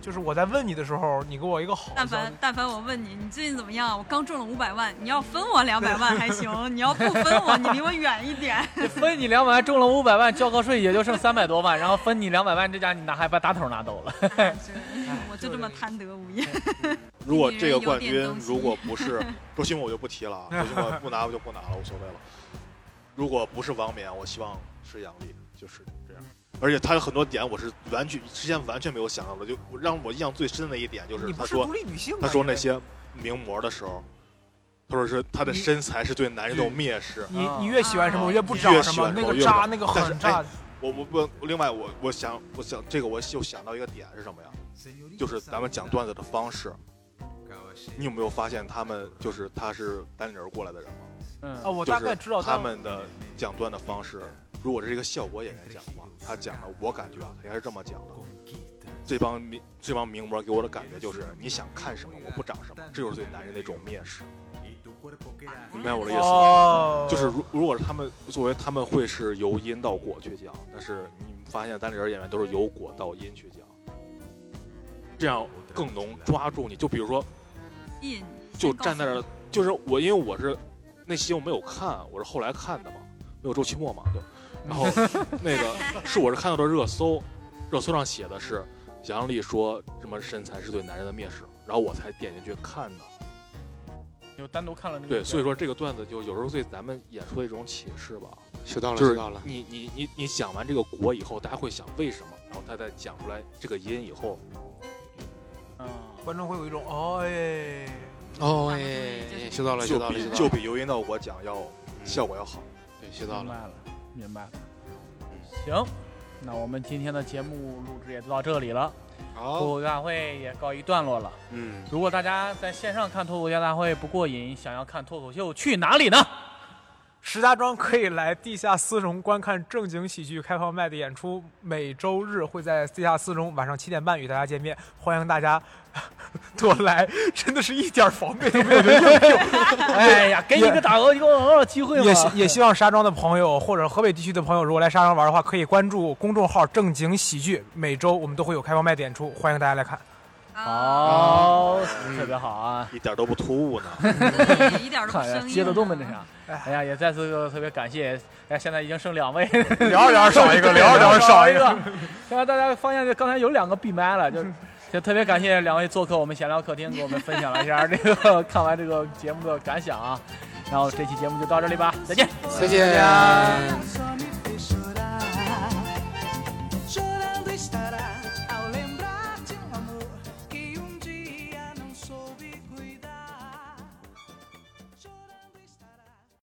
Speaker 6: 就是我在问你的时候，你给我一个好消
Speaker 4: 但
Speaker 6: 息。
Speaker 4: 凡但凡我问你，你最近怎么样？我刚中了五百万，你要分我两百万还
Speaker 3: [laughs]
Speaker 4: 行，你要不分我，你离我远一点。 [laughs]
Speaker 1: 分你两百万中了五百万，交个税也就剩三百多万，然后分你两百万，这家你拿还把打桶拿走了。
Speaker 4: 哎真是我我就这么贪得无厌。
Speaker 3: 如果这个冠
Speaker 4: 有
Speaker 3: 军
Speaker 4: 点东西
Speaker 3: 如果不是周奇墨，我就不提了啊，周奇墨不拿我就不拿了，无所谓了。如果不是王冕，我希望是杨笠，就是这样。而且他有很多点我是完全之前完全没有想到的，就我让我印象最深的一点就是
Speaker 6: 你
Speaker 3: 他
Speaker 6: 不是
Speaker 3: 说
Speaker 6: 独立女性啊，
Speaker 3: 他说
Speaker 6: 你
Speaker 3: 那些名模的时候，他说是他的
Speaker 6: 你
Speaker 3: 身材是对男人的蔑视。
Speaker 6: 你
Speaker 1: 啊
Speaker 6: 你越喜欢什么，我越不
Speaker 3: 你
Speaker 6: 找
Speaker 3: 越
Speaker 6: 什
Speaker 3: 喜
Speaker 6: 么，
Speaker 3: 欢
Speaker 6: 那
Speaker 3: 什么
Speaker 6: 个
Speaker 3: 越
Speaker 6: 渣
Speaker 3: 不
Speaker 6: 那个
Speaker 3: 但是哎
Speaker 6: 很渣。
Speaker 3: 我我我另外我我想我想这个我又想到一个点是什么呀？就是咱们讲段子的方式，你有没有发现他们就是他是单立人过来的人吗？
Speaker 6: 啊，
Speaker 1: 嗯，
Speaker 6: 我
Speaker 3: 就
Speaker 6: 大
Speaker 3: 是
Speaker 6: 概知道
Speaker 3: 他
Speaker 6: 但
Speaker 3: 们的讲段的方式。如果是一个效果演员讲的话，他讲的我感觉啊，他应该是这么讲的。这帮名这帮名模给我的感觉就是，你想看什么，我不长什么，这就是对男人的一种蔑视。明白我的意思吗？
Speaker 6: 哦，
Speaker 3: 就是如如果是他们作为他们会是由因到果去讲，但是你发现单立人演员都是由果到因去讲，这样更能抓住你。就比如说，
Speaker 4: 印
Speaker 3: [laughs] 就站在那儿，就是我，因为我是那期我没有看，我是后来看的嘛，没有周奇墨嘛，就，然后那个是我是看到的热搜，热搜上写的是杨笠说什么身材是对男人的蔑视，然后我才点进去看的。
Speaker 1: 就单独看了那个
Speaker 3: 对，
Speaker 1: 影片
Speaker 3: 所以说这个段子就有时候对咱们演出的一种启示吧。
Speaker 2: 学到了，
Speaker 3: 就
Speaker 2: 学
Speaker 3: 是
Speaker 2: 到了。
Speaker 3: 你你你你讲完这个果以后，大家会想为什么，然后他再讲出来这个因以后，
Speaker 1: 嗯，
Speaker 6: 观众会有一种哦哎，
Speaker 2: 哦
Speaker 4: 哎
Speaker 2: 哎，学到了，学
Speaker 3: 就
Speaker 2: 到了，学嗯
Speaker 3: 比
Speaker 2: 到
Speaker 3: 就
Speaker 2: 了，
Speaker 3: 比由因到果讲要
Speaker 1: 嗯
Speaker 3: 效果要好。
Speaker 2: 对，学到
Speaker 1: 明白
Speaker 2: 了。
Speaker 1: 了，明白了。行，那我们今天的节目录制也就到这里了，脱
Speaker 2: 好，
Speaker 1: 口秀大会也告一段落了。
Speaker 2: 嗯，
Speaker 1: 如果大家在线上看脱口秀大会不过瘾，想要看脱口秀去哪
Speaker 2: [laughs]
Speaker 1: 里呢？
Speaker 6: 石家庄可以来地下丝绒观看正经喜剧开放麦的演出，每周日会在地下丝绒晚上七点半与大家见面，欢迎大家 [laughs] 多来，真的是一点防备都没有的应对。
Speaker 1: 哎呀，给你个打个一个机会嘛。
Speaker 6: 也希 [laughs] 也希望石家庄的朋友或者河北地区的朋友，如果来石家庄玩的话，可以关注公众号“正经喜剧”，每周我们都会有开放麦的演出，欢迎大家来看。
Speaker 1: 好，特别好啊！
Speaker 3: 一点都不突兀呢，
Speaker 4: 对一点儿都不
Speaker 1: 看呀
Speaker 4: 生硬。
Speaker 1: 接的多么那啥。哎呀，也再次特别感谢，哎，现在已经剩两位，
Speaker 6: 聊着聊着少一个， [laughs] 聊着聊着少一
Speaker 1: 个
Speaker 6: 个。。
Speaker 1: [laughs] 然后大家发现刚才有两个闭麦了，就是。也特别感谢两位做客我们闲聊客厅，给我们分享了一下这个 [laughs] 看完这个节目的感想啊。然后这期节目就到这里吧，再见。
Speaker 2: 再见。
Speaker 7: Sorry.